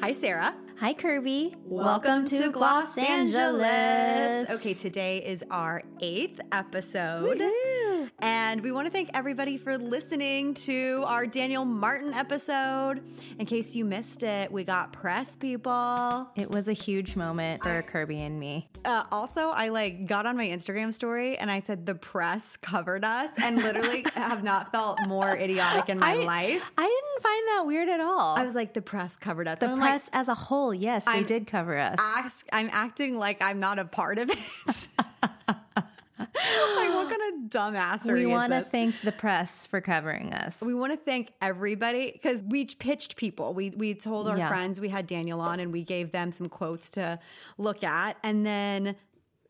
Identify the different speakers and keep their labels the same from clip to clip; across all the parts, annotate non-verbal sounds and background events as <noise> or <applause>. Speaker 1: Hi, Sarah.
Speaker 2: Hi, Kirby.
Speaker 1: Okay, today is our eighth episode. And we want to thank everybody for listening to our Daniel Martin episode. In case you missed it, we got press people.
Speaker 2: It was a huge moment for Kirby and me.
Speaker 1: Uh, also, I like got on my Instagram story and I said the press covered us, and <laughs> literally have not felt more idiotic in my
Speaker 2: I-
Speaker 1: life.
Speaker 2: I didn't find that weird at all.
Speaker 1: I was like, the press covered us.
Speaker 2: the
Speaker 1: And I'm like,
Speaker 2: press as a whole, yes, they did cover us.
Speaker 1: ask, I'm acting like I'm not a part of it. like, what kind of dumbassery
Speaker 2: we
Speaker 1: is
Speaker 2: want to
Speaker 1: this?
Speaker 2: thank the press for covering us.
Speaker 1: we want to thank everybody because we each pitched people. We we told our
Speaker 2: Yeah.
Speaker 1: friends we had Daniel on and we gave them some quotes to look at, and then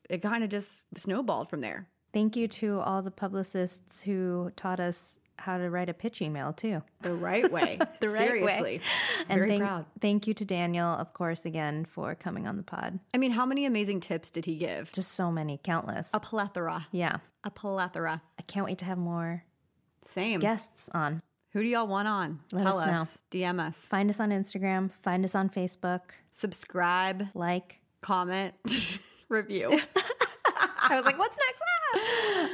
Speaker 1: it kind of just snowballed from there.
Speaker 2: thank you to all the publicists who taught us how to write a pitch email too.
Speaker 1: <laughs> The right way,
Speaker 2: The right way.
Speaker 1: seriously.
Speaker 2: And
Speaker 1: Very
Speaker 2: thank,
Speaker 1: proud.
Speaker 2: thank you to Daniel, of course, again for coming on the pod.
Speaker 1: I mean, how many amazing tips did he give?
Speaker 2: Just so many, countless.
Speaker 1: a plethora,
Speaker 2: yeah,
Speaker 1: a plethora.
Speaker 2: I can't wait to have more
Speaker 1: Same.
Speaker 2: guests on.
Speaker 1: Who do y'all want on?
Speaker 2: Let
Speaker 1: Tell
Speaker 2: us know.
Speaker 1: DM us.
Speaker 2: Find us on Instagram. Find us on Facebook.
Speaker 1: Subscribe.
Speaker 2: Like.
Speaker 1: comment, <laughs> review.
Speaker 2: I was like, what's next?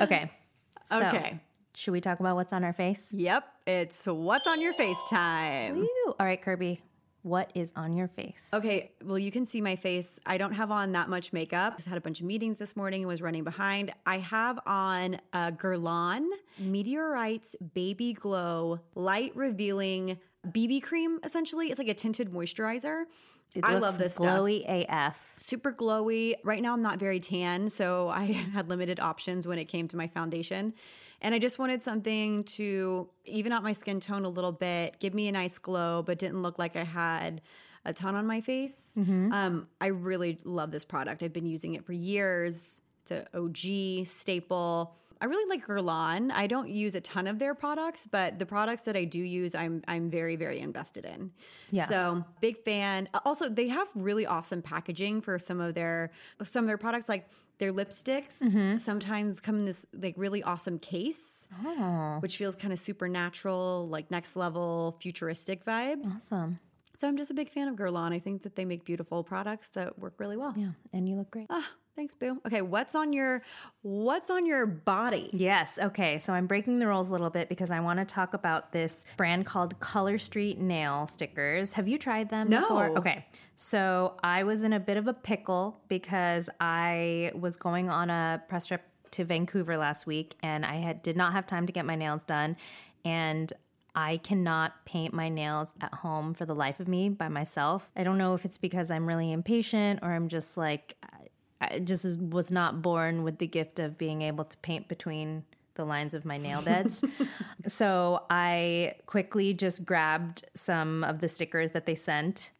Speaker 2: <laughs> okay. <laughs> So,
Speaker 1: Okay.
Speaker 2: Should we talk about what's on our face?
Speaker 1: Yep. It's what's on your face time.
Speaker 2: Ooh. All right, Kirby. What is on your face?
Speaker 1: Okay, well, you can see my face. I don't have on that much makeup. I had a bunch of meetings this morning and was running behind. I have on a Guerlain Meteorites Baby Glow Light Revealing BB Cream, essentially. It's like a tinted moisturizer.
Speaker 2: It
Speaker 1: I
Speaker 2: looks
Speaker 1: love this stuff.
Speaker 2: glowy AF.
Speaker 1: super glowy. Right now, I'm not very tan, so I <laughs> had limited options when it came to my foundation. And I just wanted something to even out my skin tone a little bit, give me a nice glow, but didn't look like I had a ton on my face. Um, I really love this product. I've been using it for years. It's an OG staple. I really like Guerlain. I don't use a ton of their products, but the products that I do use, I'm I'm very very invested in.
Speaker 2: Yeah.
Speaker 1: So big fan. Also, they have really awesome packaging for some of their some of their products, like their lipsticks.
Speaker 2: Mm-hmm.
Speaker 1: Sometimes come in this like really awesome case,
Speaker 2: Oh.
Speaker 1: which feels kind of supernatural, like next level futuristic vibes.
Speaker 2: Awesome.
Speaker 1: So I'm just a big fan of Guerlain. I think that they make beautiful products that work really well.
Speaker 2: Yeah. And you look great.
Speaker 1: Ah, thanks, Boo. Okay, what's on your what's on your body?
Speaker 2: Yes. Okay. So I'm breaking the rules a little bit because I want to talk about this brand called Color Street Nail Stickers. Have you tried them
Speaker 1: No.
Speaker 2: before? Okay. So I was in a bit of a pickle because I was going on a press trip to Vancouver last week and I had did not have time to get my nails done and I cannot paint my nails at home for the life of me by myself. I don't know if it's because I'm really impatient or I'm just like I just is- was not born with the gift of being able to paint between the lines of my nail beds. so I quickly just grabbed some of the stickers that they sent,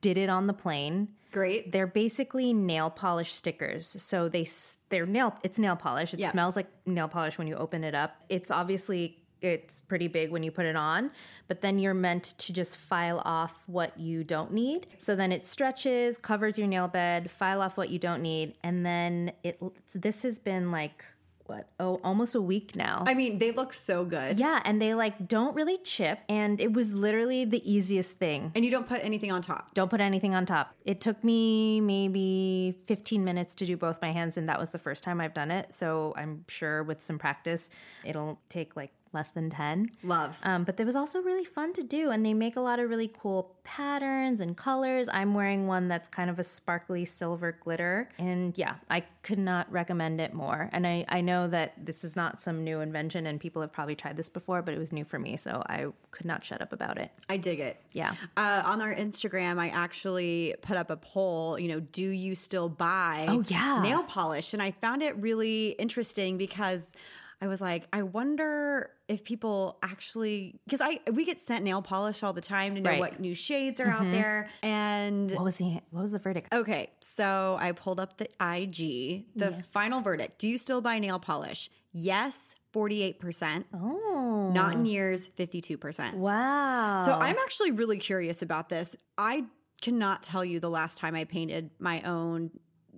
Speaker 2: did it on the plane.
Speaker 1: Great.
Speaker 2: They're basically nail polish stickers. So they s- they're nail it's nail polish. It
Speaker 1: Yeah.
Speaker 2: smells like nail polish when you open it up. It's obviously it's pretty big when you put it on, but then you're meant to just file off what you don't need. So then it stretches, covers your nail bed, file off what you don't need, and then it this has been like what? Oh, almost a week now.
Speaker 1: I mean, they look so good.
Speaker 2: yeah, and they like don't really chip and it was literally the easiest thing.
Speaker 1: And you don't put anything on top.
Speaker 2: Don't put anything on top. It took me maybe 15 minutes to do both my hands, and that was the first time I've done it. So I'm sure with some practice, it'll take like less than 10.
Speaker 1: Love.
Speaker 2: Um, but it was also really fun to do, and they make a lot of really cool patterns and colors. I'm wearing one that's kind of a sparkly silver glitter, and yeah, I could not recommend it more. And I, I know that this is not some new invention, and people have probably tried this before, but it was new for me, so I could not shut up about it.
Speaker 1: I dig it.
Speaker 2: Yeah.
Speaker 1: Uh, on our Instagram, I actually put up a poll, you know, do you still buy
Speaker 2: Oh, yeah.
Speaker 1: nail polish? And I found it really interesting because I I was like, I wonder if people actually because I we get sent nail polish all the time to know
Speaker 2: Right. Mm-hmm.
Speaker 1: what new shades are out there. And
Speaker 2: What was the what was the verdict?
Speaker 1: okay, so I pulled up the IG, the final verdict. Do you still buy nail polish? Yes, 48%.
Speaker 2: Oh,
Speaker 1: Not in years, 52%.
Speaker 2: wow.
Speaker 1: So I'm actually really curious about this. I cannot tell you the last time I painted my own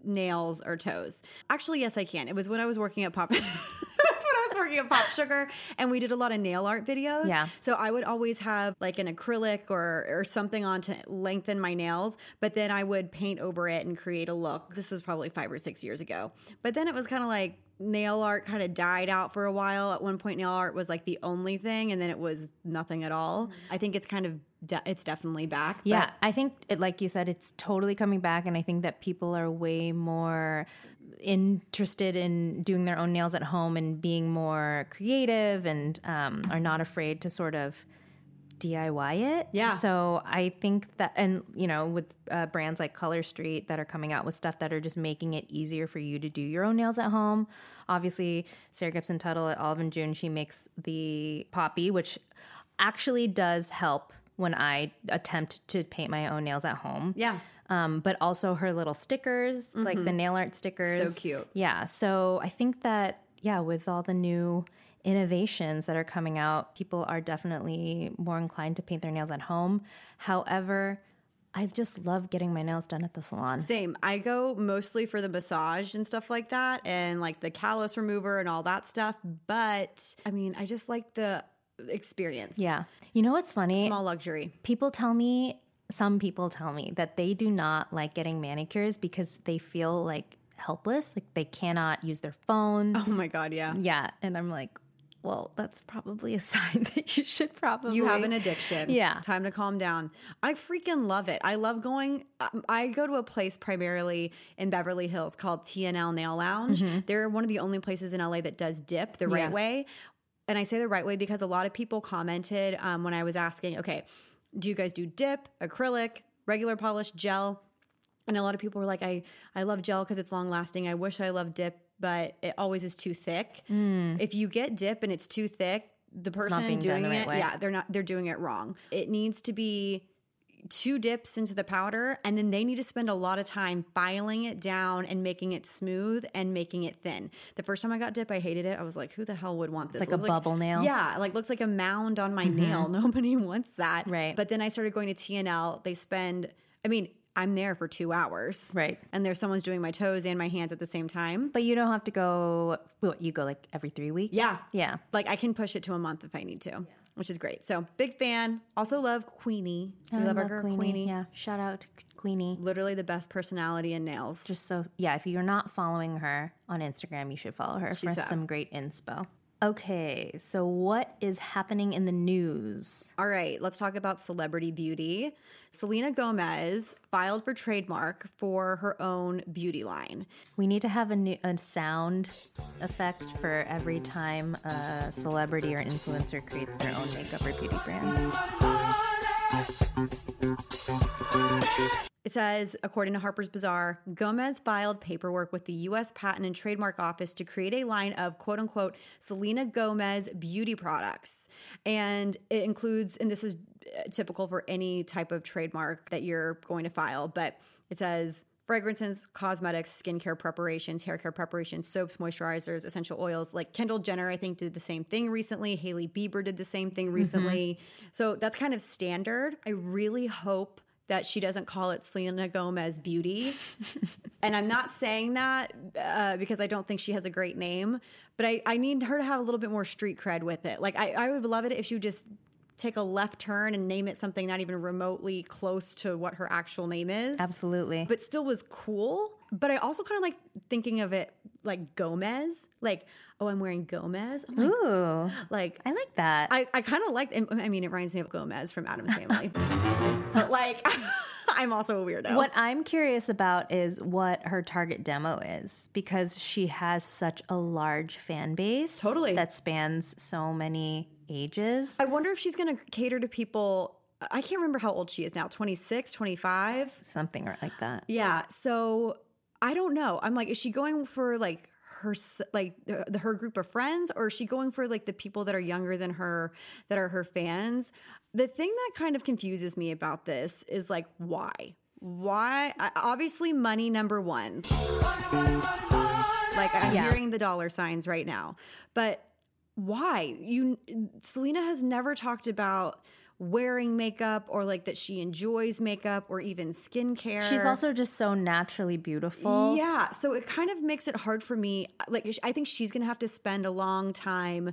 Speaker 1: nails or toes. Actually, yes, I can. It was when I was working at Pop. <laughs> That's when I was working at Pop Sugar, and we did a lot of nail art videos.
Speaker 2: Yeah.
Speaker 1: So I would always have like an acrylic or or something on to lengthen my nails, but then I would paint over it and create a look. This was probably five or six years ago. But then it was kind of like nail art kind of died out for a while. At one point, nail art was like the only thing, and then it was nothing at all. I think it's kind of de- it's definitely back. but-
Speaker 2: Yeah, I think, it, like you said, it's totally coming back, and I think that people are way more interested in doing their own nails at home and being more creative, and um, are not afraid to sort of DIY it.
Speaker 1: Yeah.
Speaker 2: So I think that, and you know, with uh, brands like Color Street that are coming out with stuff that are just making it easier for you to do your own nails at home. Obviously, Sarah Gibson Tuttle at Olive and June, she makes the poppy, which actually does help when I attempt to paint my own nails at home.
Speaker 1: yeah. Mm-hmm.
Speaker 2: Um, but also her little stickers, like the nail art stickers.
Speaker 1: So cute.
Speaker 2: Yeah. So I think that, yeah, with all the new innovations that are coming out, people are definitely more inclined to paint their nails at home. However, I just love getting my nails done at the salon.
Speaker 1: Same. I go mostly for the massage and stuff like that and like the callus remover and all that stuff. But I mean, I just like the experience.
Speaker 2: Yeah. You know what's funny?
Speaker 1: Small luxury.
Speaker 2: people tell me some people tell me that they do not like getting manicures because they feel like helpless like they cannot use their phone
Speaker 1: Oh my God. Yeah.
Speaker 2: yeah and i'm like well that's probably a <laughs> sign that you should probably
Speaker 1: You have an addiction.
Speaker 2: Yeah.
Speaker 1: Time to calm down. I freaking love it. I love going. um, I go to a place primarily in Beverly Hills called TNL Nail Lounge. They're one of the only places in LA that does dip the right
Speaker 2: Yeah.
Speaker 1: way. And I say the right way because a lot of people commented um, when I was asking, okay, do you guys do dip, acrylic, regular polish, gel? And a lot of people were like, I, I love gel because it's long lasting. I wish I loved dip, but it always is too thick. If you get dip and it's too thick, the person
Speaker 2: Hmm. being done
Speaker 1: doing
Speaker 2: the right
Speaker 1: it,
Speaker 2: way.
Speaker 1: yeah, they're not they're doing it wrong. It needs to be two dips into the powder and then they need to spend a lot of time filing it down and making it smooth and making it thin. The first time I got dip, I hated it. I was like, who the hell would want this?
Speaker 2: like
Speaker 1: It
Speaker 2: a
Speaker 1: looks
Speaker 2: bubble nail. Mm-hmm.
Speaker 1: Yeah, like looks like a mound on my nail. <laughs> Nobody wants that.
Speaker 2: Right.
Speaker 1: But then I started going to TNL. They spend I mean, I'm there for 2 hours.
Speaker 2: Right.
Speaker 1: And there's someone's doing my toes and my hands at the same time.
Speaker 2: but you don't have to go what, you go like every three weeks
Speaker 1: Yeah.
Speaker 2: yeah
Speaker 1: Like I can push it to a month if I need to, which is great. So big fan. Also love Queenie. We love, our girl Queenie.
Speaker 2: yeah shout out to queenie
Speaker 1: Literally the best personality in nails.
Speaker 2: Just so, yeah, if you're not following her on Instagram, you should follow her for
Speaker 1: fab.
Speaker 2: some great inspo. Okay, so what is happening in the news?
Speaker 1: All right, let's talk about celebrity beauty. Selena Gomez filed for trademark for her own beauty line.
Speaker 2: We need to have a new a sound effect for every time a celebrity or influencer creates their own makeup or beauty brand.
Speaker 1: It says, according to Harper's Bazaar, Gomez filed paperwork with the U.S. Patent and Trademark Office to create a line of quote unquote Selena Gomez beauty products. And it includes, and this is uh, typical for any type of trademark that you're going to file, but it says, fragrances, cosmetics, skincare preparations, hair care preparations, soaps, moisturizers, essential oils. Like Kendall Jenner, I think, did the same thing recently. Hailey Bieber did the same thing recently. So that's kind of standard. I really hope that she doesn't call it Selena Gomez
Speaker 2: <laughs>
Speaker 1: Beauty. and I'm not saying that uh, because I don't think she has a great name, but I, I need her to have a little bit more street cred with it. Like, I, I would love it if she would just take a left turn and name it something not even remotely close to what her actual name is
Speaker 2: Absolutely.
Speaker 1: but still was cool. But I also kind of like thinking of it like Gomez, like oh, I'm wearing Gomez. I'm like,
Speaker 2: Ooh,
Speaker 1: like
Speaker 2: I like that.
Speaker 1: I, I kind of like. I mean, it reminds me of Gomez from Adam's Family. but like, <laughs> I'm also a weirdo.
Speaker 2: What I'm curious about is what her target demo is because she has such a large fan base.
Speaker 1: Totally.
Speaker 2: That spans so many ages.
Speaker 1: I wonder if she's going to cater to people. I can't remember how old she is now. 26, 25.
Speaker 2: Something like that.
Speaker 1: Yeah. So I don't know. I'm like, is she going for like her like the, her group of friends or is she going for like the people that are younger than her that are her fans the thing that kind of confuses me about this is like why why I- obviously money number one like i'm
Speaker 2: Yeah.
Speaker 1: hearing the dollar signs right now but why you selena has never talked about wearing makeup or like that she enjoys makeup or even skincare
Speaker 2: She's also just so naturally beautiful.
Speaker 1: yeah, so it kind of makes it hard for me. Like, I think she's going to have to spend a long time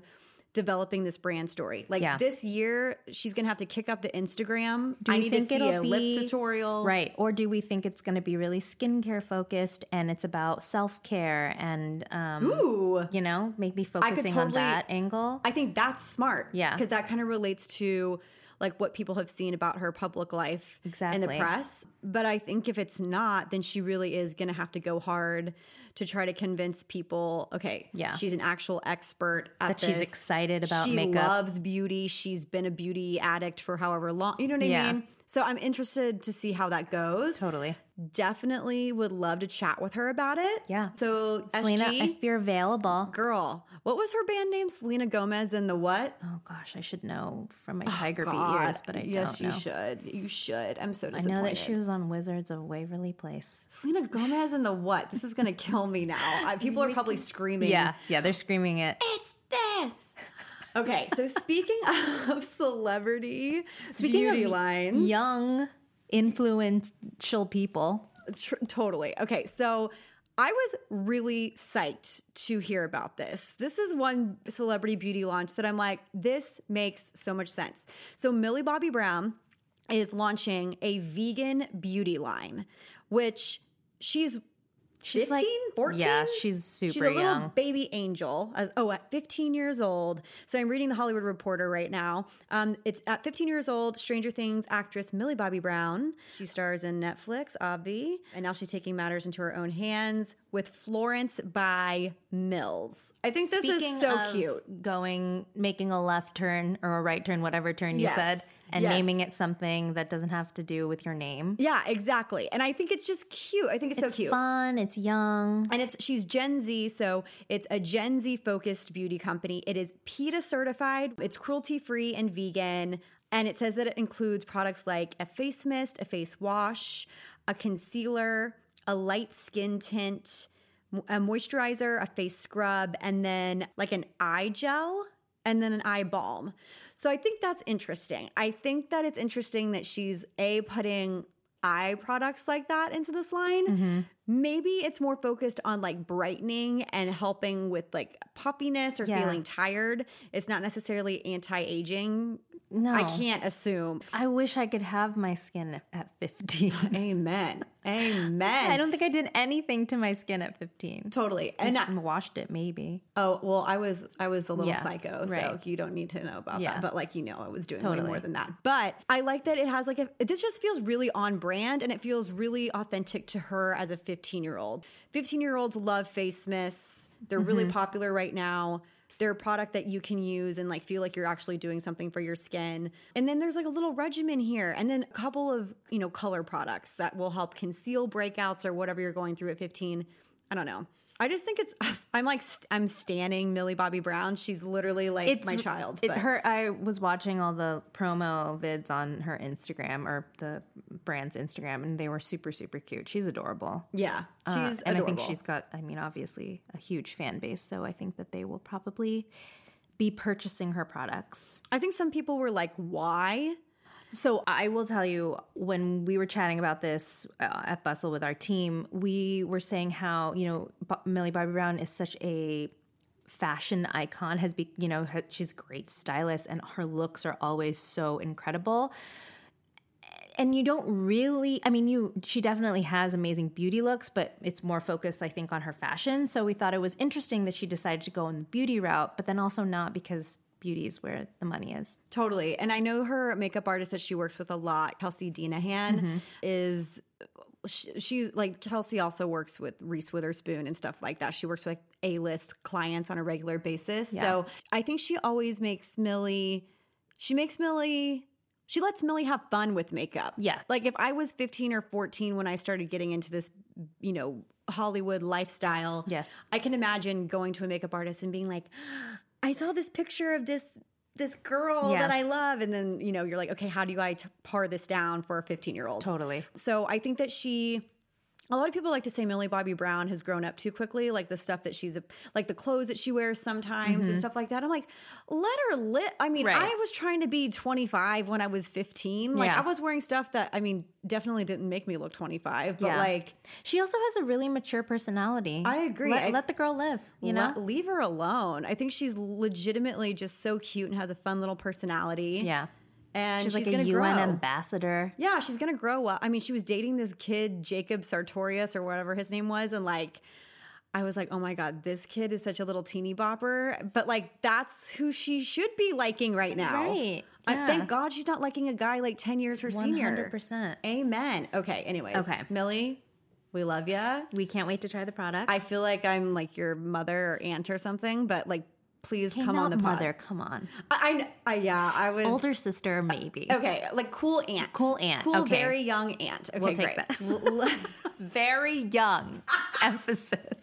Speaker 1: developing this brand story. Like
Speaker 2: Yeah.
Speaker 1: this year, she's going to have to kick up the Instagram.
Speaker 2: Do
Speaker 1: I
Speaker 2: you
Speaker 1: need
Speaker 2: think
Speaker 1: to see
Speaker 2: it'll
Speaker 1: a
Speaker 2: be-
Speaker 1: lip tutorial.
Speaker 2: Right. Or do we think it's going to be really skincare focused and it's about self care and, um,
Speaker 1: Ooh.
Speaker 2: you know, maybe
Speaker 1: could
Speaker 2: focusing on
Speaker 1: totally-
Speaker 2: that angle?
Speaker 1: I think that's smart.
Speaker 2: Yeah.
Speaker 1: Because that kind of relates to like what people have seen about her public life in the
Speaker 2: Exactly.
Speaker 1: press. But I think if it's not, then she really is going to have to go hard to try to convince people, okay,
Speaker 2: Yeah.
Speaker 1: she's an actual expert at
Speaker 2: that she's
Speaker 1: this.
Speaker 2: excited about
Speaker 1: she
Speaker 2: makeup.
Speaker 1: loves beauty. She's been a beauty addict for however long. You know what I
Speaker 2: Yeah.
Speaker 1: mean? So I'm interested to see how that goes.
Speaker 2: totally.
Speaker 1: Definitely would love to chat with her about it.
Speaker 2: Yeah.
Speaker 1: So
Speaker 2: Selena,
Speaker 1: SG,
Speaker 2: if you're available.
Speaker 1: girl, what was her band name? Selena Gomez and the what?
Speaker 2: Oh gosh, I should know from my Tiger Beat
Speaker 1: Oh, God.
Speaker 2: years, but I
Speaker 1: yes,
Speaker 2: don't know.
Speaker 1: you should. You should. I'm so
Speaker 2: I
Speaker 1: disappointed.
Speaker 2: know that she was on Wizards of Waverly Place.
Speaker 1: Selena Gomez and the what? This is gonna kill me now.
Speaker 2: <laughs>
Speaker 1: I- People are probably screaming.
Speaker 2: yeah, they're screaming it.
Speaker 1: It's this. Okay, so speaking <laughs> of celebrity
Speaker 2: Speaking
Speaker 1: beauty
Speaker 2: of
Speaker 1: lines,
Speaker 2: young, influential people.
Speaker 1: Tr- totally. Okay, so I was really psyched to hear about this. This is one celebrity beauty launch that I'm like, this makes so much sense. So Millie Bobby Brown is launching a vegan beauty line, which she's 15, 14?
Speaker 2: yeah, she's super
Speaker 1: She's a little
Speaker 2: young.
Speaker 1: baby angel. As, oh, at 15 years old. So I'm reading the Hollywood Reporter right now. Um, it's at 15 years old. Stranger Things actress Millie Bobby Brown. She stars in Netflix, Obvi, and now she's taking matters into her own hands with Florence by Mills. I think this
Speaker 2: Speaking
Speaker 1: is so
Speaker 2: of
Speaker 1: cute.
Speaker 2: Going, making a left turn or a right turn, whatever turn you
Speaker 1: Yes.
Speaker 2: said, and
Speaker 1: Yes.
Speaker 2: naming it something that doesn't have to do with your name.
Speaker 1: Yeah, exactly. And I think it's just cute. I think it's,
Speaker 2: it's
Speaker 1: so cute.
Speaker 2: fun. It's young.
Speaker 1: And it's she's Gen Z, so it's a Gen Z focused beauty company. It is PETA certified, it's cruelty free and vegan. And it says that it includes products like a face mist, a face wash, a concealer, a light skin tint, mo- a moisturizer, a face scrub, and then like an eye gel and then an eye balm. So I think that's interesting. I think that it's interesting that she's a putting eye products like that into this line.
Speaker 2: Mm-hmm.
Speaker 1: Maybe it's more focused on like brightening and helping with like puffiness or
Speaker 2: Yeah.
Speaker 1: feeling tired. It's not necessarily anti-aging.
Speaker 2: No,
Speaker 1: I can't assume.
Speaker 2: I wish I could have my skin at 15.
Speaker 1: Amen. Amen.
Speaker 2: <laughs> I don't think I did anything to my skin at 15.
Speaker 1: totally.
Speaker 2: Just
Speaker 1: And I-
Speaker 2: washed it, maybe.
Speaker 1: Oh well, I was I was the little
Speaker 2: Yeah,
Speaker 1: psycho, so
Speaker 2: right.
Speaker 1: you don't need to know about
Speaker 2: Yeah.
Speaker 1: that. But like you know, I was doing way more
Speaker 2: Totally.
Speaker 1: than that. But I like that it has like a this just feels really on brand and it feels really authentic to her as a 15 year old. 15 year olds love face mists. They're
Speaker 2: Mm-hmm.
Speaker 1: really popular right now. They're a product that you can use and like feel like you're actually doing something for your skin. And then there's like a little regimen here, and then a couple of you know color products that will help conceal breakouts or whatever you're going through at 15. I don't know. I just think it's. <laughs> I'm like st- I'm standing Millie Bobby Brown. She's literally like my child.
Speaker 2: It,
Speaker 1: but-
Speaker 2: her, I was watching all the promo vids on her Instagram or the brand's Instagram, and they were super, super cute. She's adorable.
Speaker 1: yeah, she's
Speaker 2: Uh, and
Speaker 1: adorable.
Speaker 2: I think she's got, I mean, obviously a huge fan base. So I think that they will probably be purchasing her products.
Speaker 1: I think some people were like, "Why?"
Speaker 2: So I will tell you, when we were chatting about this uh, at Bustle with our team, we were saying how you know B- Millie Bobby Brown is such a fashion icon. Has be you know her, she's a great stylist, and her looks are always so incredible. And you don't really, I mean, you she definitely has amazing beauty looks, but it's more focused, I think, on her fashion. So we thought it was interesting that she decided to go in the beauty route, but then also not because beauty is where the money is.
Speaker 1: Totally. And I know her makeup artist that she works with a lot, Kelsey Dinahan, is sh she's like Kelsey also works with Reese Witherspoon and stuff like that. She works with A list clients on a regular basis. So I think she always makes Millie, she makes Millie. She lets Millie have fun with makeup.
Speaker 2: Yeah.
Speaker 1: Like if I was 15 or 14 when I started getting into this, you know, Hollywood lifestyle.
Speaker 2: Yes.
Speaker 1: I can imagine going to a makeup artist and being like, I saw this picture of this this girl
Speaker 2: Yeah.
Speaker 1: that I love and then, you know, you're like, okay, how do I t- par this down for a 15-year-old?
Speaker 2: Totally.
Speaker 1: So I think that she. A lot of people like to say Millie Bobby Brown has grown up too quickly, like the stuff that she's like the clothes that she wears sometimes and stuff like that. I'm like, let her live. I mean,
Speaker 2: Mm-hmm. Right.
Speaker 1: I was trying to be 25 when I was 15. Like
Speaker 2: Yeah.
Speaker 1: I was wearing stuff that I mean definitely didn't make me look 25, but
Speaker 2: Yeah.
Speaker 1: like
Speaker 2: She also has a really mature personality.
Speaker 1: I agree.
Speaker 2: Let,
Speaker 1: I-
Speaker 2: let the girl live, you know?
Speaker 1: le- leave her alone. I think she's legitimately just so cute and has a fun little personality.
Speaker 2: yeah.
Speaker 1: and
Speaker 2: She's,
Speaker 1: she's,
Speaker 2: like
Speaker 1: gonna
Speaker 2: a UN
Speaker 1: grow.
Speaker 2: ambassador.
Speaker 1: Yeah, she's gonna grow up. I mean, she was dating this kid, Jacob Sartorius or whatever his name was, and like I was like, oh my god, this kid is such a little teeny bopper. But like that's who she should be liking right now.
Speaker 2: Right.
Speaker 1: I, thank God she's not liking a guy like 10 years her senior.
Speaker 2: 100%.
Speaker 1: Amen. Okay, anyways.
Speaker 2: Okay.
Speaker 1: Millie, we love ya.
Speaker 2: We can't wait to try the product.
Speaker 1: I feel like I'm like your mother or aunt or something, but like please come on the
Speaker 2: Not
Speaker 1: pod.
Speaker 2: mother. Come on.
Speaker 1: I, I, I yeah, I would
Speaker 2: Older sister, maybe.
Speaker 1: Okay, like cool aunt.
Speaker 2: Cool aunt,
Speaker 1: Cool
Speaker 2: okay.
Speaker 1: very young aunt. Okay,
Speaker 2: We'll
Speaker 1: great.
Speaker 2: take
Speaker 1: <laughs>
Speaker 2: that. Very young. Emphasis.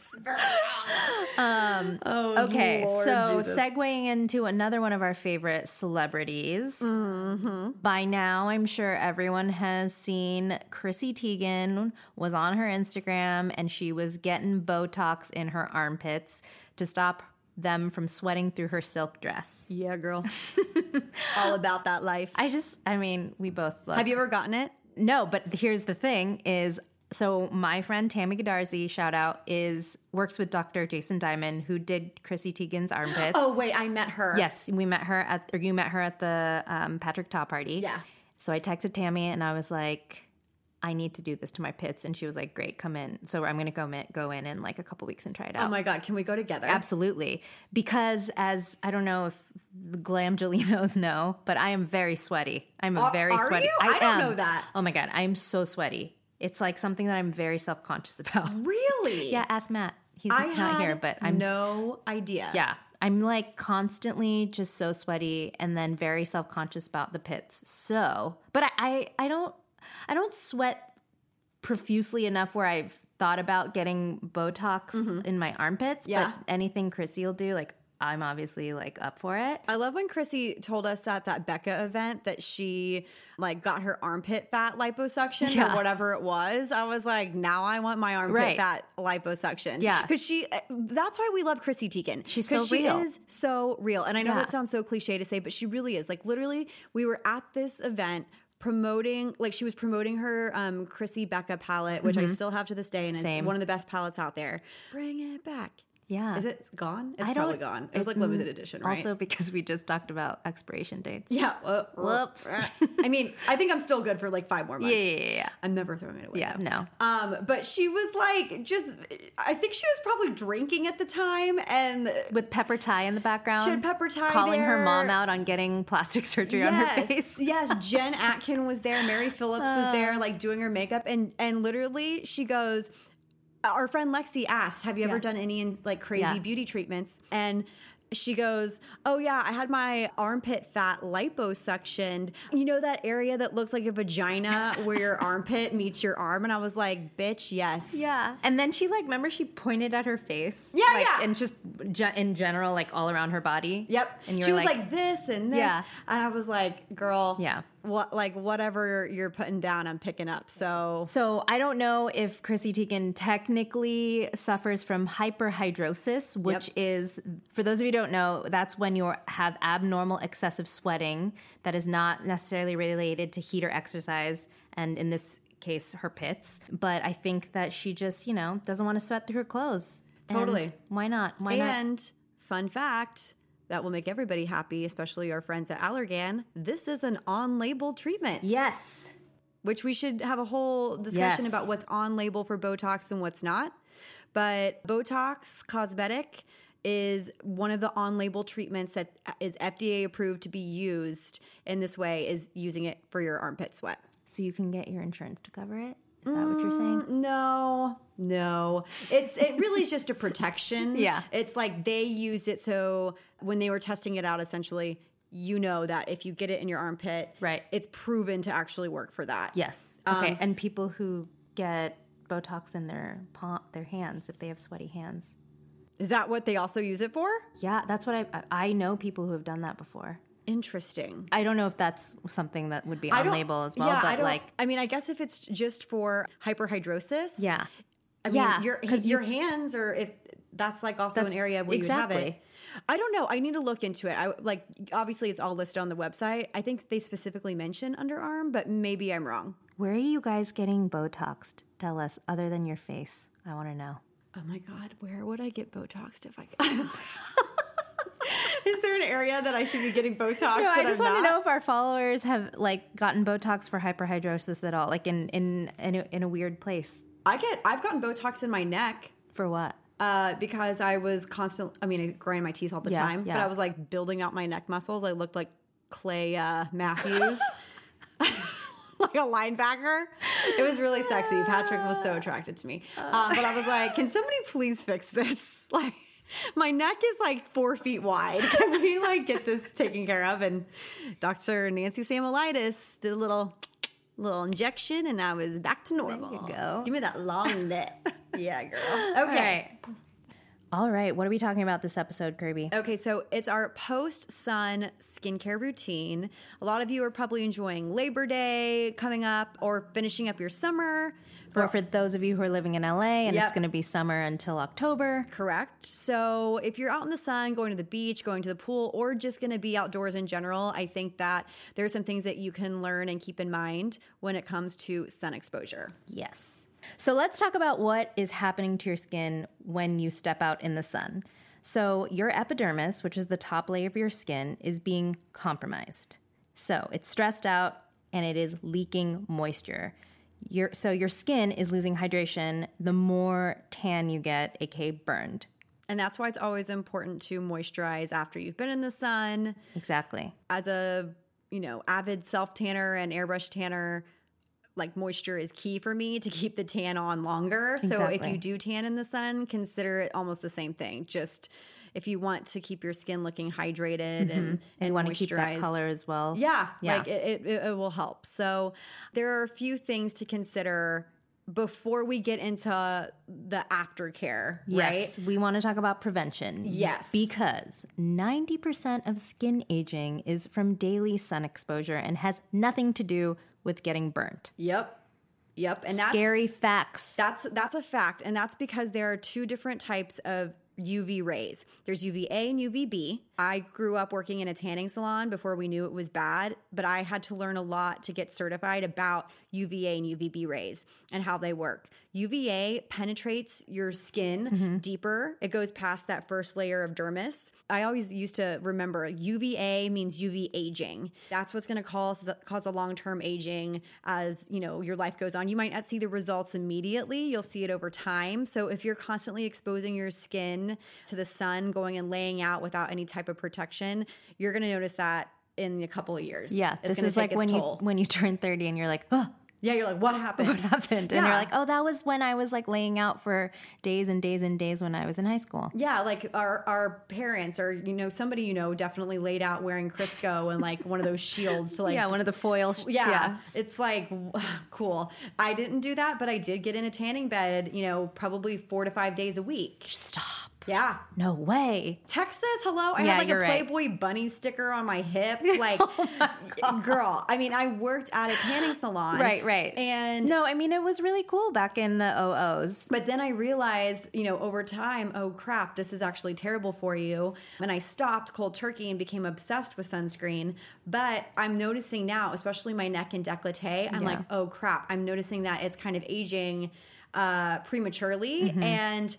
Speaker 2: Um,
Speaker 1: oh,
Speaker 2: Okay, so segueing into another one of our favorite celebrities. By now, I'm sure everyone has seen Chrissy Teigen was on her Instagram and she was getting Botox in her armpits to stop them from sweating through her silk dress.
Speaker 1: yeah, <laughs> girl. All about that life.
Speaker 2: I just, I mean, we both love.
Speaker 1: Have you ever gotten it?
Speaker 2: No, but here's the thing is so my friend Tammy Godarzi, shout out, is works with Dr. Jason Diamond, who did Chrissy Teigen's armpits.
Speaker 1: <gasps> Oh wait, I met her.
Speaker 2: Yes, we met her at, or you met her at the um, Patrick Taw party.
Speaker 1: Yeah.
Speaker 2: So I texted Tammy and I was like, I need to do this to my pits, and she was like, "Great, come in." So I'm gonna go in, go in in like a couple weeks and try it out.
Speaker 1: Oh my god, can we go together?
Speaker 2: Absolutely, because as I don't know if the glam Jolinos <laughs> know, but I am very sweaty. I'm a
Speaker 1: Are-
Speaker 2: very
Speaker 1: are
Speaker 2: sweaty.
Speaker 1: you? I don't
Speaker 2: am.
Speaker 1: know that.
Speaker 2: Oh my god, I am so sweaty. It's like something that I'm very self conscious <laughs> about.
Speaker 1: Really?
Speaker 2: Yeah, ask Matt. He's
Speaker 1: Oh, I
Speaker 2: not
Speaker 1: had
Speaker 2: here, but I'm
Speaker 1: no idea.
Speaker 2: yeah. I'm like constantly just so sweaty and then very self conscious about the pits. So, but I, I, I don't, I don't sweat profusely enough where I've thought about getting Botox in my armpits.
Speaker 1: Mm-hmm. Yeah.
Speaker 2: But anything Chrissy will do, like I'm obviously like up for it.
Speaker 1: I love when Chrissy told us at that Becca event that she like got her armpit fat liposuction
Speaker 2: Yeah.
Speaker 1: or whatever it was. I was like, now I want my armpit
Speaker 2: Right.
Speaker 1: fat liposuction.
Speaker 2: Yeah.
Speaker 1: because she. eh, That's why we love Chrissy Teigen.
Speaker 2: She's
Speaker 1: 'Cause
Speaker 2: so
Speaker 1: she
Speaker 2: real.
Speaker 1: is so real, and I know
Speaker 2: Yeah.
Speaker 1: that sounds so cliche to say, but she really is. Like literally, we were at this event. Promoting, like she was promoting her um, Chrissy Becca palette, which I still have to this day, and
Speaker 2: Mm-hmm. Same.
Speaker 1: it's one of the best palettes out there. Bring it back.
Speaker 2: Yeah.
Speaker 1: Is it it's gone? It's
Speaker 2: I don't-
Speaker 1: probably gone. It was like limited edition, right?
Speaker 2: Also, because we just talked about expiration dates.
Speaker 1: Yeah. Uh,
Speaker 2: Whoops.
Speaker 1: I mean, I think I'm still good for like five more months.
Speaker 2: Yeah, yeah, yeah, yeah.
Speaker 1: I'm never throwing it away.
Speaker 2: Yeah,
Speaker 1: though.
Speaker 2: no.
Speaker 1: Um, but she was like, just, I think she was probably drinking at the time, and
Speaker 2: With pepper tie in the background.
Speaker 1: had Pepper Ty
Speaker 2: Calling her
Speaker 1: there.
Speaker 2: mom out on getting plastic surgery on her face. <laughs> Ah.
Speaker 1: yes, Jen Atkin was there. Mary Phillips was there, like doing her makeup, and and literally she goes. Our friend Lexi asked, "Have you ever
Speaker 2: Yeah.
Speaker 1: done any like crazy
Speaker 2: Yeah.
Speaker 1: beauty treatments?" And she goes, "Oh yeah, I had my armpit fat liposuctioned. You know that area that looks like a
Speaker 2: <laughs>
Speaker 1: vagina where your armpit meets your arm?" And I was like, "Bitch, yes."
Speaker 2: Yeah. And then she like remember she pointed at her face.
Speaker 1: Yeah,
Speaker 2: like,
Speaker 1: yeah.
Speaker 2: And just ge- in general, like all around her body.
Speaker 1: Yep.
Speaker 2: And you
Speaker 1: she
Speaker 2: were
Speaker 1: was like, this and this.
Speaker 2: Yeah.
Speaker 1: And I was like, girl,
Speaker 2: Yeah.
Speaker 1: What like whatever you're putting down, I'm picking up. So
Speaker 2: So I don't know if Chrissy Teigen technically suffers from hyperhidrosis, which
Speaker 1: Yep.
Speaker 2: is, for those of you who don't know, that's when you have abnormal excessive sweating that is not necessarily related to heat or exercise, and in this case, her pits. But I think that she just, you know, doesn't want to sweat through her clothes. And
Speaker 1: Totally.
Speaker 2: why not? Why not?
Speaker 1: And fun fact that will make everybody happy, especially our friends at Allergan. This is an on-label treatment.
Speaker 2: Yes.
Speaker 1: which we should have a whole discussion
Speaker 2: Yes.
Speaker 1: about what's on label for Botox and what's not. But Botox Cosmetic is one of the on-label treatments that is FDA approved to be used in this way is using it for your armpit sweat.
Speaker 2: So you can get your insurance to cover it? Is that what you're saying?
Speaker 1: No, no. It's it really is just a protection.
Speaker 2: <laughs> Yeah.
Speaker 1: It's like they used it so when they were testing it out, essentially, you know that if you get it in your armpit,
Speaker 2: Right.
Speaker 1: it's proven to actually work for that.
Speaker 2: Yes. Okay.
Speaker 1: Um,
Speaker 2: and people who get Botox in their palm, their hands if they have sweaty hands.
Speaker 1: Is that what they also use it for?
Speaker 2: Yeah, that's what I I I know people who have done that before.
Speaker 1: Interesting.
Speaker 2: I don't know if that's something that would be
Speaker 1: I
Speaker 2: on
Speaker 1: don't-
Speaker 2: label as well,
Speaker 1: yeah, I
Speaker 2: but
Speaker 1: don't-
Speaker 2: like
Speaker 1: I mean, I guess if it's just for hyperhidrosis,
Speaker 2: yeah,
Speaker 1: I mean,
Speaker 2: Yeah,
Speaker 1: your
Speaker 2: 'cause you-
Speaker 1: your hands are if that's like also an
Speaker 2: That's-
Speaker 1: area where you would have
Speaker 2: exactly.
Speaker 1: it. I don't know. I need to look into it. I like obviously it's all listed on the website. I think they specifically mention underarm, but maybe I'm wrong.
Speaker 2: Where are you guys getting Botoxed? Tell us, other than your face. I want to know.
Speaker 1: Oh my god, where would I get Botoxed if I? <laughs> Is there an area that I should be getting Botox?
Speaker 2: No, I
Speaker 1: that
Speaker 2: just
Speaker 1: I'm
Speaker 2: want
Speaker 1: not?
Speaker 2: to know if our followers have like gotten Botox for hyperhidrosis at all, like in in in a, in a weird place.
Speaker 1: I get. I've gotten Botox in my neck.
Speaker 2: For what?
Speaker 1: Uh, because I was constant. I mean, I grind my teeth all the
Speaker 2: Yeah,
Speaker 1: time, but
Speaker 2: yeah.
Speaker 1: I was like building out my neck muscles. I looked like Clay uh,
Speaker 2: <laughs>
Speaker 1: Matthews, <laughs> like a linebacker. It was really sexy. Patrick was so attracted to me,
Speaker 2: Uh.
Speaker 1: um, but I was like, "Can somebody please fix this?" <laughs> Like, my neck is like four feet wide. <laughs> Can we like get this taken care of? And Dr. Nancy Samolitis did a little little injection, and I was back to normal.
Speaker 2: go.
Speaker 1: Give me that long
Speaker 2: <laughs>
Speaker 1: lip. yeah, girl. Okay.
Speaker 2: All right. Oh, All right. What are we talking about this episode, Kirby?
Speaker 1: Okay, so it's our post sun skincare routine. A lot of you are probably enjoying Labor Day coming up or finishing up your summer.
Speaker 2: Or for those of you who are living in LA and
Speaker 1: Yep.
Speaker 2: it's going to be summer until October.
Speaker 1: Correct. So if you're out in the sun, going to the beach, going to the pool, or just going to be outdoors in general, I think that there's some things that you can learn and keep in mind when it comes to sun exposure.
Speaker 2: Yes. So let's talk about what is happening to your skin when you step out in the sun. So, your epidermis, which is the top layer of your skin, is being compromised. So, it's stressed out and it is leaking moisture. Your, so, your skin is losing hydration the more tan you get, aka burned.
Speaker 1: And that's why it's always important to moisturize after you've been in the sun.
Speaker 2: Exactly.
Speaker 1: as a you know avid self tanner and airbrush tanner like moisture is key for me to keep the tan on longer so if
Speaker 2: Exactly.
Speaker 1: you do tan in the sun consider it almost the same thing just if you want to keep your skin looking hydrated and,
Speaker 2: Mm-hmm. And you want to keep that
Speaker 1: moisturized
Speaker 2: color as well.
Speaker 1: yeah,
Speaker 2: Yeah.
Speaker 1: like it, it, it will help so there are a few things to consider before we get into the aftercare right
Speaker 2: Yes, we want to talk about prevention.
Speaker 1: Yes.
Speaker 2: Because 90% of skin aging is from daily sun exposure and has nothing to do with getting burnt.
Speaker 1: yep yep and that's
Speaker 2: Scary facts.
Speaker 1: That's that's a fact, and that's because there are two different types of UV rays. There's UVA and UVB. I grew up working in a tanning salon before we knew it was bad, but I had to learn a lot to get certified about UVA and UVB rays and how they work. UVA penetrates your skin deeper. It goes past that first layer of dermis. I always used to remember UVA means UV aging. That's what's going to cause the, cause the long term aging as you know your life goes on. You might not see the results immediately. You'll see it over time. So if you're constantly exposing your skin to the sun, going and laying out without any type of protection, you're going to notice that in a couple of years.
Speaker 2: Yeah,
Speaker 1: It's
Speaker 2: this
Speaker 1: gonna
Speaker 2: is
Speaker 1: take
Speaker 2: like
Speaker 1: its
Speaker 2: when
Speaker 1: toll.
Speaker 2: you when you turn 30 and you're like, "Oh,
Speaker 1: yeah, you're like, what happened?
Speaker 2: what happened?" And
Speaker 1: Yeah.
Speaker 2: you're like, "Oh, that was when I was like laying out for days and days and days when I was in high school."
Speaker 1: Yeah, like our our parents or you know somebody you know definitely laid out wearing Crisco and like one of those shields to like
Speaker 2: <laughs> yeah, one of the foil.
Speaker 1: yeah, it's like <sighs> cool. I didn't do that, but I did get in a tanning bed, you know, probably 4 to 5 days a week.
Speaker 2: Stop.
Speaker 1: Yeah.
Speaker 2: No way.
Speaker 1: Texas, hello. I
Speaker 2: Yeah,
Speaker 1: had like a
Speaker 2: you're right. Oh
Speaker 1: Playboy bunny sticker on my
Speaker 2: <laughs>
Speaker 1: hip. Like, girl, I mean, I worked at a tanning salon.
Speaker 2: Right, right.
Speaker 1: And
Speaker 2: No, I mean it was really cool back in the oh OOs.
Speaker 1: But then I realized, you know, over time, oh crap, this is actually terrible for you. And I stopped cold turkey and became obsessed with sunscreen. But I'm noticing now, especially my neck and décolleté, I'm like, oh crap, I'm noticing that it's kind of aging uh, prematurely.
Speaker 2: Mm-hmm.
Speaker 1: And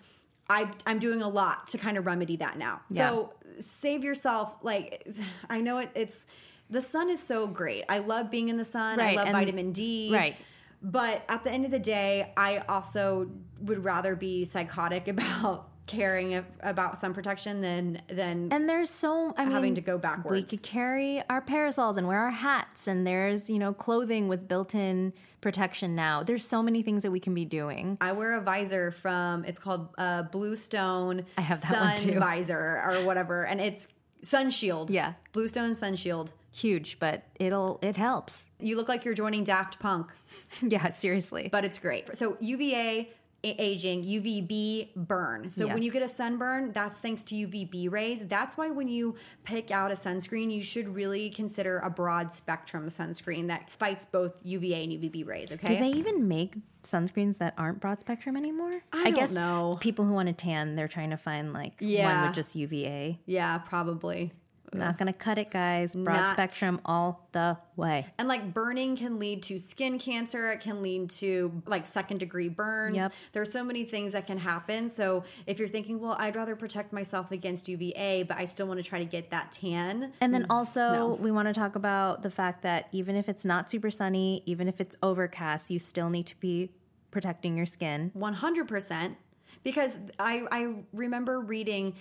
Speaker 1: I, I'm doing a lot to kind of remedy that now. So save yourself. Like, <sighs> I know it, it's the sun is so great. I love being in the sun. I
Speaker 2: Right,
Speaker 1: love
Speaker 2: and-
Speaker 1: vitamin D.
Speaker 2: Right.
Speaker 1: But at the end of the day, I also would rather be psychotic <laughs> about caring ab- about sun protection than than
Speaker 2: And there's so I mean,
Speaker 1: having to go
Speaker 2: We
Speaker 1: backwards.
Speaker 2: could carry our parasols and wear our hats, and there's you know clothing with built-in protection now. There's so many things that we can be doing.
Speaker 1: I wear a visor from it's called uh, Bluestone. I
Speaker 2: have that
Speaker 1: sun
Speaker 2: one too. <laughs>
Speaker 1: visor or whatever, and it's Sun Shield.
Speaker 2: Yeah.
Speaker 1: Bluestone Sun Shield.
Speaker 2: huge, but it'll it helps. <laughs>
Speaker 1: You look like you're joining Daft Punk,
Speaker 2: yeah, seriously.
Speaker 1: but it's great. So UVA a- aging, UVB burn. So when
Speaker 2: Yes.
Speaker 1: you get a sunburn, that's thanks to UVB rays. That's why when you pick out a sunscreen, you should really consider a broad spectrum sunscreen that fights both UVA and UVB rays, okay?
Speaker 2: do they even make sunscreens that aren't broad spectrum anymore? I,
Speaker 1: don't
Speaker 2: guess
Speaker 1: know.
Speaker 2: people who want to tan, they're trying to find like one
Speaker 1: Yeah.
Speaker 2: with just UVA.
Speaker 1: yeah, probably.
Speaker 2: Not gonna cut it, guys. Broad
Speaker 1: Not-
Speaker 2: spectrum all the way.
Speaker 1: And like burning can lead to skin cancer. It can lead to like second degree burns.
Speaker 2: Yep.
Speaker 1: There's so many things that can happen. So if you're thinking, well, I'd rather protect myself against UVA, but I still want to try to get that tan.
Speaker 2: And then also, we want to talk about the fact that even if it's not super sunny, even if it's overcast, you still need to be protecting your skin.
Speaker 1: 100% because I, I remember reading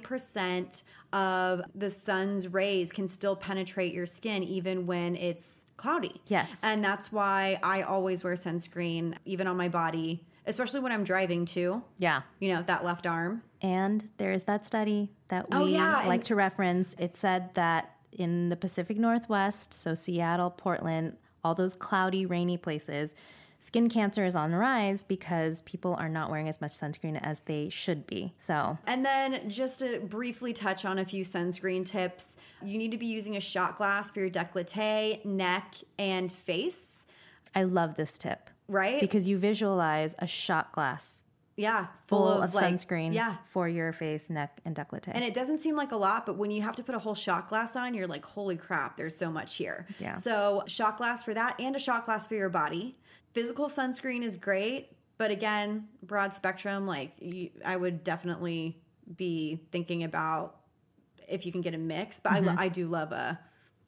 Speaker 1: 20% of the sun's rays can still penetrate your skin even when it's cloudy.
Speaker 2: Yes.
Speaker 1: And that's why I always wear sunscreen, even on my body, especially when I'm driving too.
Speaker 2: Yeah.
Speaker 1: You know, that left arm.
Speaker 2: And there is that study that we
Speaker 1: Oh, yeah,
Speaker 2: like
Speaker 1: and-
Speaker 2: to reference. It said that in the Pacific Northwest, so Seattle, Portland, all those cloudy, rainy places, skin cancer is on the rise because people are not wearing as much sunscreen as they should be. So,
Speaker 1: And then just to briefly touch on a few sunscreen tips, you need to be using a shot glass for your décolleté, neck, and face,
Speaker 2: I love this tip
Speaker 1: right?
Speaker 2: because you visualize a shot glass
Speaker 1: yeah,
Speaker 2: full of, sunscreen
Speaker 1: Yeah.
Speaker 2: for your face, neck, and décolleté.
Speaker 1: And it doesn't seem like a lot, but when you have to put a whole shot glass on, you're like, holy crap, there's so much here.
Speaker 2: Yeah.
Speaker 1: So, shot glass for that and a shot glass for your body. Physical sunscreen is great, but again, broad spectrum, like you, I would definitely be thinking about if you can get a mix, but I, lo- I do love a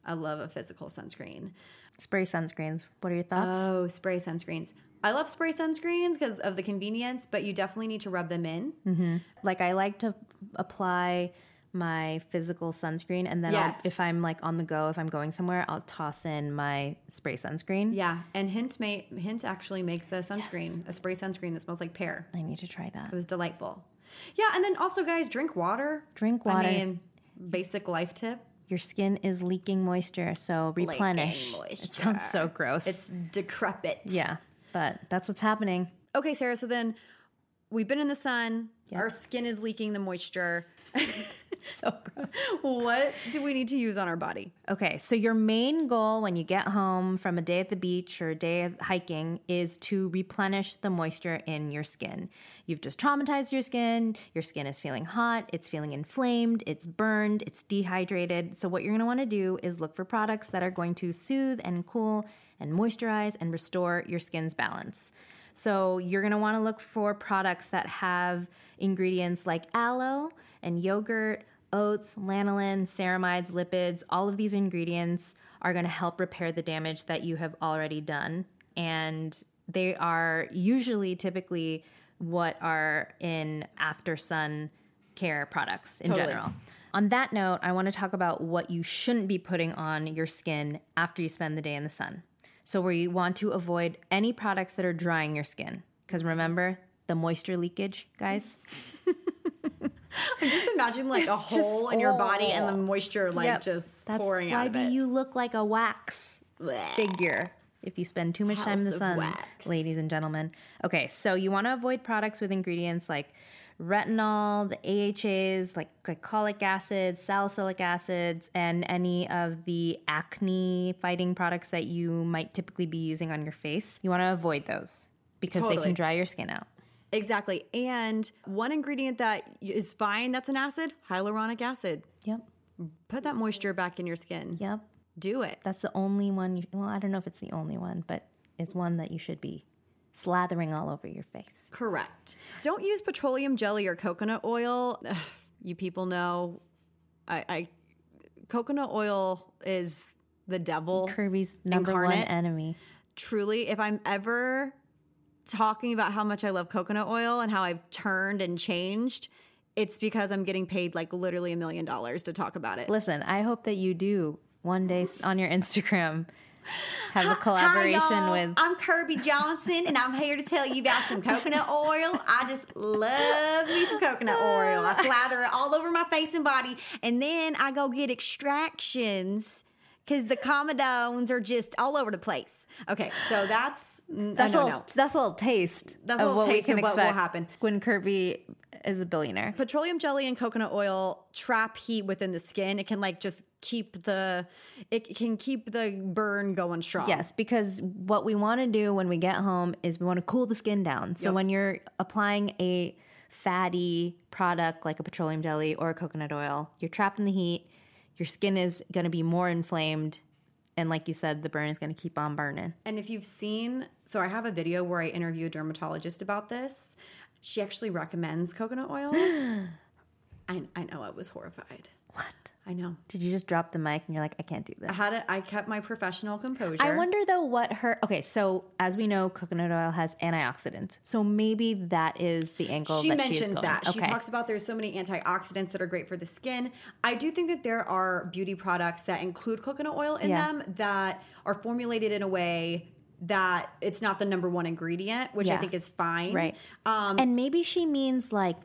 Speaker 1: I love a physical sunscreen.
Speaker 2: Spray sunscreens. What are your thoughts?
Speaker 1: Oh, spray sunscreens. I love spray sunscreens because of the convenience, but you definitely need to rub them in.
Speaker 2: like I like to apply my physical sunscreen and then
Speaker 1: Yes.
Speaker 2: I'll, if I'm like on the go, if I'm going somewhere, I'll toss in my spray sunscreen.
Speaker 1: Yeah, and Hint made Hint actually makes a sunscreen, a spray sunscreen that smells like pear.
Speaker 2: I need to try that.
Speaker 1: It was delightful. Yeah, and then also guys, drink water.
Speaker 2: Drink water.
Speaker 1: I mean, basic life tip.
Speaker 2: Your skin is leaking moisture, so replenish. It sounds so gross.
Speaker 1: It's decrepit.
Speaker 2: yeah, but that's what's happening.
Speaker 1: Okay, Sarah, so then we've been in the sun. Our skin is leaking the moisture.
Speaker 2: <laughs> So gross.
Speaker 1: what do we need to use on our body?
Speaker 2: Okay, so your main goal when you get home from a day at the beach or a day of hiking is to replenish the moisture in your skin. You've just traumatized your skin, your skin is feeling hot, it's feeling inflamed, it's burned, it's dehydrated. So, what you're gonna wanna do is look for products that are going to soothe and cool and moisturize and restore your skin's balance. So you're going to want to look for products that have ingredients like aloe and yogurt, oats, lanolin, ceramides, lipids. All of these ingredients are going to help repair the damage that you have already done. And they are usually typically what are in after sun care products in
Speaker 1: Totally.
Speaker 2: general. On that note, I want to talk about what you shouldn't be putting on your skin after you spend the day in the sun. So, where you want to avoid any products that are drying your skin. Because remember, the moisture leakage, guys.
Speaker 1: Just imagine like a hole in your body and the moisture like
Speaker 2: Yep.
Speaker 1: just
Speaker 2: That's
Speaker 1: pouring
Speaker 2: why
Speaker 1: out of
Speaker 2: do
Speaker 1: it.
Speaker 2: you look like a wax
Speaker 1: Blech.
Speaker 2: figure if you spend too much time in
Speaker 1: House
Speaker 2: the
Speaker 1: of
Speaker 2: sun,
Speaker 1: wax.
Speaker 2: ladies and gentlemen. Okay, so you want to avoid products with ingredients like retinol, the AHAs, like glycolic acids, salicylic acids, and any of the acne fighting products that you might typically be using on your face. You want to avoid those because they
Speaker 1: Totally.
Speaker 2: can dry your skin out.
Speaker 1: Exactly. And one ingredient that is fine that's an acid, hyaluronic acid.
Speaker 2: Yep.
Speaker 1: Put that moisture back in your skin.
Speaker 2: Yep.
Speaker 1: Do it.
Speaker 2: That's the only one. You, well, I don't know if it's the only one, but it's one that you should be slathering all over your face.
Speaker 1: Correct. Don't use petroleum jelly or coconut oil. Ugh, you people know I, I coconut oil is the devil.
Speaker 2: Kirby's number
Speaker 1: Incarnate.
Speaker 2: one enemy.
Speaker 1: Truly, if I'm ever talking about how much I love coconut oil and how I've turned and changed, it's because I'm getting paid like literally a million dollars to talk about it.
Speaker 2: Listen, I hope that you do one day s- on your Instagram have a collaboration
Speaker 1: Hi, y'all.
Speaker 2: with.
Speaker 1: I'm Kirby Johnson, and I'm here to tell you about some coconut oil. I just love me some coconut oil. I slather it all over my face and body, and then I go get extractions. because the comedones are just all over the place. Okay, so that's mm,
Speaker 2: That's a
Speaker 1: I don't
Speaker 2: little,
Speaker 1: know.
Speaker 2: that's a little taste
Speaker 1: That's a
Speaker 2: of
Speaker 1: little
Speaker 2: what
Speaker 1: taste
Speaker 2: we can
Speaker 1: of what will
Speaker 2: expect
Speaker 1: happen.
Speaker 2: when Kirby is a billionaire.
Speaker 1: petroleum jelly and coconut oil trap heat within the skin. It can like just keep the it can keep the burn going strong.
Speaker 2: Yes, because what we want to do when we get home is we want to cool the skin down. So when you're applying a fatty product like a petroleum jelly or a coconut oil, you're trapped in the heat. Your skin is going to be more inflamed. And like you said, the burn is going to keep on burning.
Speaker 1: And if you've seen, so I have a video where I interview a dermatologist about this. She actually recommends coconut <gasps> oil. I, I know I was horrified. What? I know.
Speaker 2: Did you just drop the mic and you're like, I can't do this?
Speaker 1: I had a, I kept my professional composure.
Speaker 2: I wonder though what her. Okay, so as we know, coconut oil has antioxidants. So maybe that is the angle
Speaker 1: she
Speaker 2: that
Speaker 1: mentions
Speaker 2: she is going.
Speaker 1: that she
Speaker 2: Okay.
Speaker 1: talks about there's so many antioxidants that are great for the skin i do think that there are beauty products that include coconut oil in
Speaker 2: Yeah.
Speaker 1: them that are formulated in a way that it's not the number one ingredient which i
Speaker 2: Yeah.
Speaker 1: think is fine
Speaker 2: Right.
Speaker 1: Um,
Speaker 2: and maybe she means like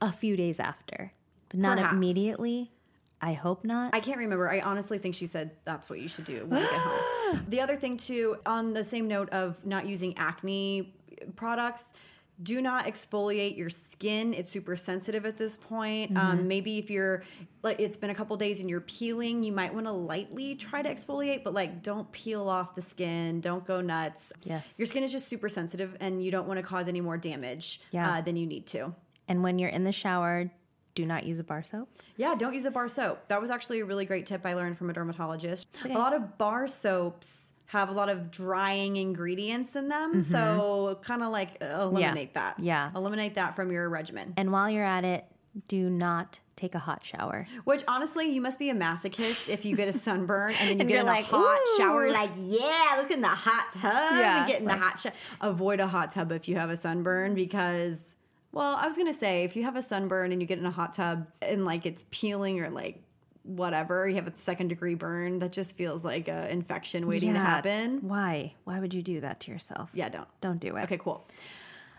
Speaker 2: a few days after, but not
Speaker 1: Perhaps.
Speaker 2: immediately. I hope not.
Speaker 1: I can't remember. I honestly think she said that's what you should do when you get home.
Speaker 2: <gasps>
Speaker 1: The other thing too, on the same note of not using acne products, do not exfoliate your skin. It's super sensitive at this point.
Speaker 2: Mm-hmm.
Speaker 1: Um, maybe if you're like it's been a couple days and you're peeling, you might want to lightly try to exfoliate, but like don't peel off the skin. Don't go nuts.
Speaker 2: Yes.
Speaker 1: your skin is just super sensitive, and you don't want to cause any more damage
Speaker 2: Yeah.
Speaker 1: uh, than you need to.
Speaker 2: and when you're in the shower, do not use a bar soap.
Speaker 1: Yeah, don't use a bar soap. That was actually a really great tip I learned from a dermatologist. A lot of bar soaps have a lot of drying ingredients in them, so kind of like uh, eliminate that.
Speaker 2: Mm-hmm. Yeah.
Speaker 1: eliminate that from your regimen.
Speaker 2: And while you're at it, do not take a hot shower.
Speaker 1: Which honestly, you must be a masochist if you get a sunburn and then you
Speaker 2: And
Speaker 1: get
Speaker 2: you're
Speaker 1: in
Speaker 2: like,
Speaker 1: a hot shower,
Speaker 2: "Ooh."
Speaker 1: like yeah, let's get in the hot tub
Speaker 2: Yeah,
Speaker 1: and get in the hot shower. Avoid a hot tub if you have a sunburn because, well, I was gonna say if you have a sunburn and you get in a hot tub and like it's peeling or like whatever, you have a second degree burn that just feels like an infection waiting to
Speaker 2: Yeah.
Speaker 1: happen.
Speaker 2: Why? Why would you do that to yourself?
Speaker 1: Yeah, don't.
Speaker 2: Don't do it.
Speaker 1: Okay, cool.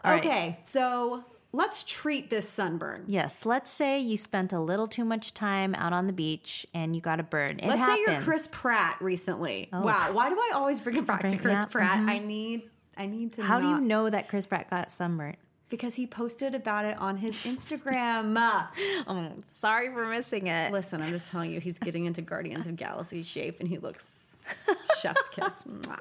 Speaker 2: right.
Speaker 1: okay, so let's treat this sunburn.
Speaker 2: Yes, let's say you spent a little too much time out on the beach and you got a burn. It
Speaker 1: Let's say you're
Speaker 2: happens. Oh.
Speaker 1: Chris Pratt recently. Wow, why do I always bring it back to
Speaker 2: Bring it
Speaker 1: Chris
Speaker 2: up, Mm-hmm.
Speaker 1: Pratt? I need, I need to.
Speaker 2: How do you
Speaker 1: not-
Speaker 2: know that Chris Pratt
Speaker 1: <laughs>
Speaker 2: got sunburnt?
Speaker 1: Because he posted about it on his
Speaker 2: <laughs>
Speaker 1: Instagram. Oh,
Speaker 2: Um, sorry for missing it.
Speaker 1: Listen, I'm just telling you, he's getting into Guardians of Galaxy shape, and he looks
Speaker 2: <laughs>
Speaker 1: chef's kiss. Mwah.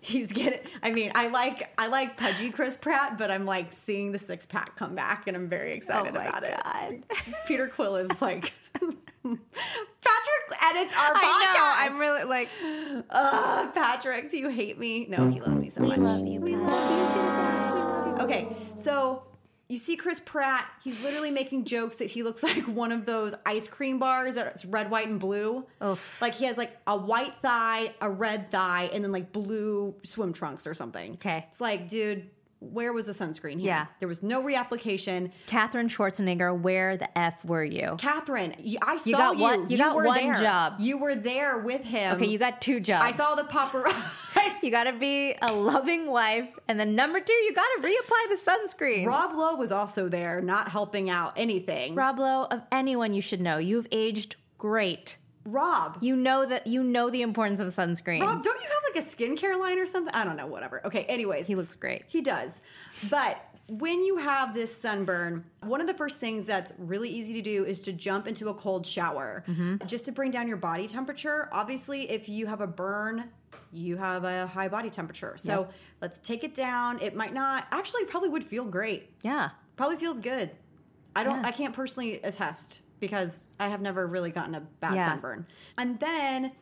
Speaker 1: He's getting. I mean, I like, I like pudgy Chris Pratt, but I'm like seeing the six pack come back, and I'm very excited
Speaker 2: Oh my
Speaker 1: about
Speaker 2: <laughs> God.
Speaker 1: it. Peter Quill is like. <laughs> Patrick edits our podcast.
Speaker 2: I know. I'm really like. <laughs>
Speaker 1: Ugh, Patrick, do you hate me? No, he loves me so much.
Speaker 2: We love you to death. We love you.
Speaker 1: Okay, so you see Chris Pratt, he's literally making jokes that he looks <laughs> like one of those ice cream bars that's red, white, and blue.
Speaker 2: Oof.
Speaker 1: Like he has like a white thigh, a red thigh, and then like blue swim trunks or something.
Speaker 2: Okay.
Speaker 1: It's like, dude, where was the sunscreen here?
Speaker 2: Yeah.
Speaker 1: There was no reapplication.
Speaker 2: Catherine Schwarzenegger, where the f were you?
Speaker 1: Catherine, you- I saw
Speaker 2: got
Speaker 1: you.
Speaker 2: one- you got
Speaker 1: were
Speaker 2: one
Speaker 1: there.
Speaker 2: job.
Speaker 1: You were there with him.
Speaker 2: Okay, you got two jobs.
Speaker 1: Um, I saw the <laughs> paparazzi.
Speaker 2: <laughs> You got to be a loving wife, and then number two, you got to reapply the sunscreen.
Speaker 1: Rob Lowe was also there, not helping out anything.
Speaker 2: Rob Lowe, of anyone you should know, you've aged great.
Speaker 1: Rob,
Speaker 2: You know that you know the importance of sunscreen.
Speaker 1: Rob, don't you have like a skincare line or something? I don't know, whatever. Okay, anyways. He
Speaker 2: looks great.
Speaker 1: He does. But when you have this sunburn, one of the first things that's really easy to do is to jump into a cold shower
Speaker 2: Mm-hmm.
Speaker 1: just to bring down your body temperature. Obviously, if you have a burn, you have a high body temperature. So let's take it down. It might not, actually, probably would feel great.
Speaker 2: yeah,
Speaker 1: Probably feels good. I don't, I can't personally attest because I have never really gotten a bad
Speaker 2: Yeah.
Speaker 1: sunburn. And then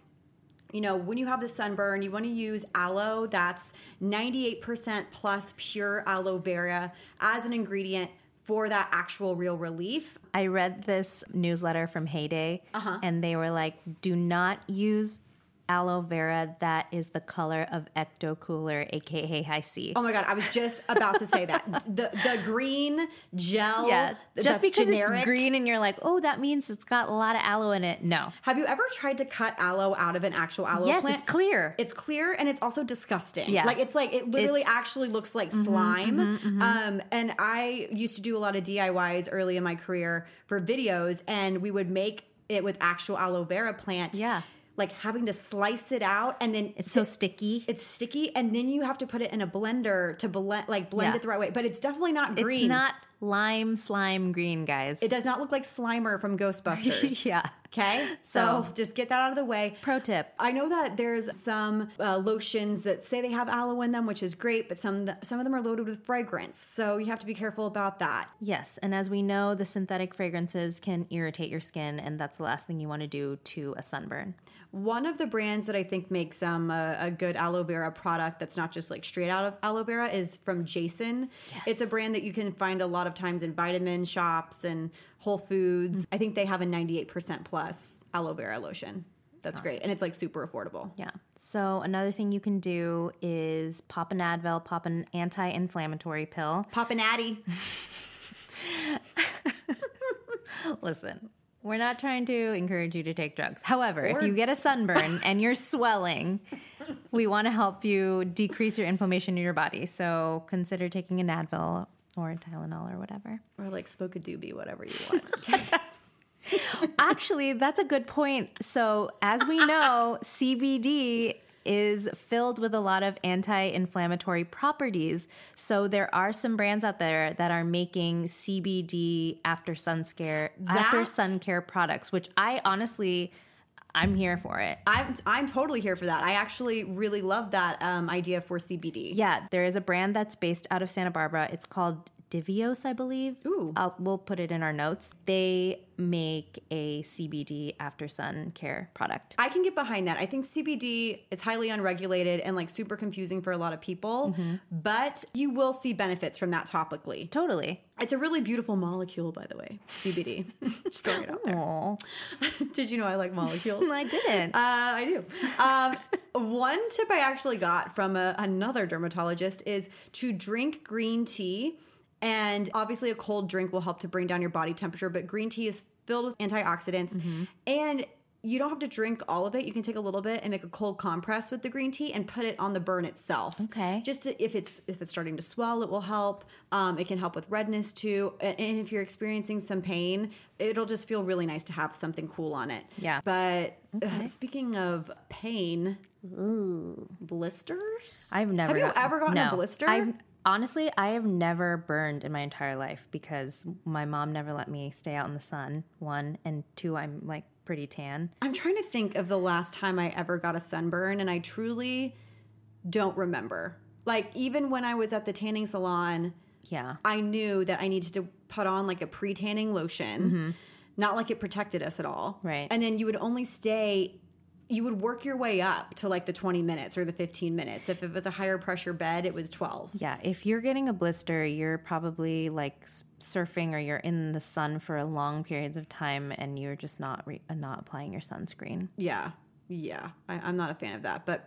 Speaker 1: you know, when you have the sunburn, you want to use aloe that's 98% plus pure aloe vera as an ingredient for that actual real relief.
Speaker 2: I read this newsletter from Heyday,
Speaker 1: Uh-huh.
Speaker 2: and they were like, "Do not use aloe vera that is the color of Ecto Cooler, aka High C."
Speaker 1: Oh my god, I was just about to say that.
Speaker 2: <laughs>
Speaker 1: The the green gel
Speaker 2: yeah,
Speaker 1: that's
Speaker 2: Oh, just because
Speaker 1: generic.
Speaker 2: it's green and you're like, "Oh, that means it's got a lot of aloe in it." No,
Speaker 1: Have you ever tried to cut aloe out of an actual aloe
Speaker 2: yes,
Speaker 1: plant?
Speaker 2: it's clear.
Speaker 1: It's clear and it's also disgusting.
Speaker 2: Yeah.
Speaker 1: Like it's like it literally
Speaker 2: It's- Mm-hmm,
Speaker 1: actually looks like slime. Um and I used to do a lot of DIYs early in my career for videos and we would make it with actual aloe vera plant.
Speaker 2: yeah,
Speaker 1: like having to slice it out and then
Speaker 2: It's so sticky.
Speaker 1: it's sticky and then you have to put it in a blender to blend like blend
Speaker 2: Yeah.
Speaker 1: it the right way. But it's definitely not green.
Speaker 2: It's not lime slime green, guys.
Speaker 1: It does not look like Slimer
Speaker 2: <laughs>
Speaker 1: from Ghostbusters.
Speaker 2: Yeah.
Speaker 1: Okay. So,
Speaker 2: So-
Speaker 1: just get that out of the way.
Speaker 2: Pro tip.
Speaker 1: I know that there's some uh, lotions that say they have aloe in them, which is great, but some some of them are loaded with fragrance, so you have to be careful about that.
Speaker 2: Yes, and as we know, the synthetic fragrances can irritate your skin, and that's the last thing you want to do to a sunburn.
Speaker 1: One of the brands that I think makes um, a, a good aloe vera product that's not just like straight out of aloe vera is from Jason. It's a brand that you can find a lot of times in vitamin shops and Whole Foods. I think they have a 98% plus aloe vera lotion. That's great. And it's like super affordable.
Speaker 2: Yeah. So another thing you can do is pop an Advil, pop an anti-inflammatory pill.
Speaker 1: Pop an Addy.
Speaker 2: <laughs> Listen, we're not trying to encourage you to take drugs. However,
Speaker 1: Or-
Speaker 2: if you get a sunburn and you're swelling, we want to help you decrease your inflammation in your body. So consider taking an Advil or a Tylenol or whatever.
Speaker 1: Or like smoke a doobie, whatever you want.
Speaker 2: Actually, that's a good point. So, as we know, CBD is filled with a lot of anti inflammatory properties. So, there are some brands out there that are making CBD after sun care, after
Speaker 1: That-
Speaker 2: sun care products, which I honestly, I'm here for it.
Speaker 1: I'm I'm totally here for that. I actually really love that um, idea for CBD.
Speaker 2: Yeah, there is a brand that's based out of Santa Barbara. It's called Divios, I believe.
Speaker 1: Ooh.
Speaker 2: I'll, we'll put it in our notes. They make a CBD after sun care product.
Speaker 1: I can get behind that. I think CBD is highly unregulated and like super confusing for a lot of people, but you will see benefits from that topically.
Speaker 2: Totally.
Speaker 1: It's a really beautiful molecule, by the way, CBD. <laughs> Just throwing it out there.
Speaker 2: Oh,
Speaker 1: Did you know <laughs> I like molecules?
Speaker 2: I didn't.
Speaker 1: Uh, I do. <laughs> Um, one tip I actually got from a, another dermatologist is to drink green tea. And obviously, a cold drink will help to bring down your body temperature, but green tea is filled with antioxidants. And you don't have to drink all of it. You can take a little bit and make a cold compress with the green tea and put it on the burn itself.
Speaker 2: Okay.
Speaker 1: Just to, if it's if it's starting to swell, it will help. Um, it can help with redness too. And, and if you're experiencing some pain, it'll just feel really nice to have something cool on it.
Speaker 2: Yeah.
Speaker 1: But uh, speaking of pain,
Speaker 2: Um,
Speaker 1: blisters.
Speaker 2: I've never.
Speaker 1: Have you
Speaker 2: gotten-
Speaker 1: ever gotten a
Speaker 2: no.
Speaker 1: blister?
Speaker 2: I've, honestly, I have never burned in my entire life because my mom never let me stay out in the sun. One and two, I'm like pretty tan.
Speaker 1: I'm trying to think of the last time I ever got a sunburn, and I truly don't remember. Like even when I was at the tanning salon,
Speaker 2: Yeah.
Speaker 1: I knew that I needed to put on like a pre tanning lotion. Not like it protected us at all.
Speaker 2: Right.
Speaker 1: And then you would only stay, you would work your way up to like the 20 minutes or the 15 minutes. If it was a higher pressure bed, it was 12.
Speaker 2: Yeah. If you're getting a blister, you're probably like s- surfing or you're in the sun for long periods of time, and you're just not re- uh, not applying your sunscreen.
Speaker 1: Yeah. Yeah. I, I'm not a fan of that. But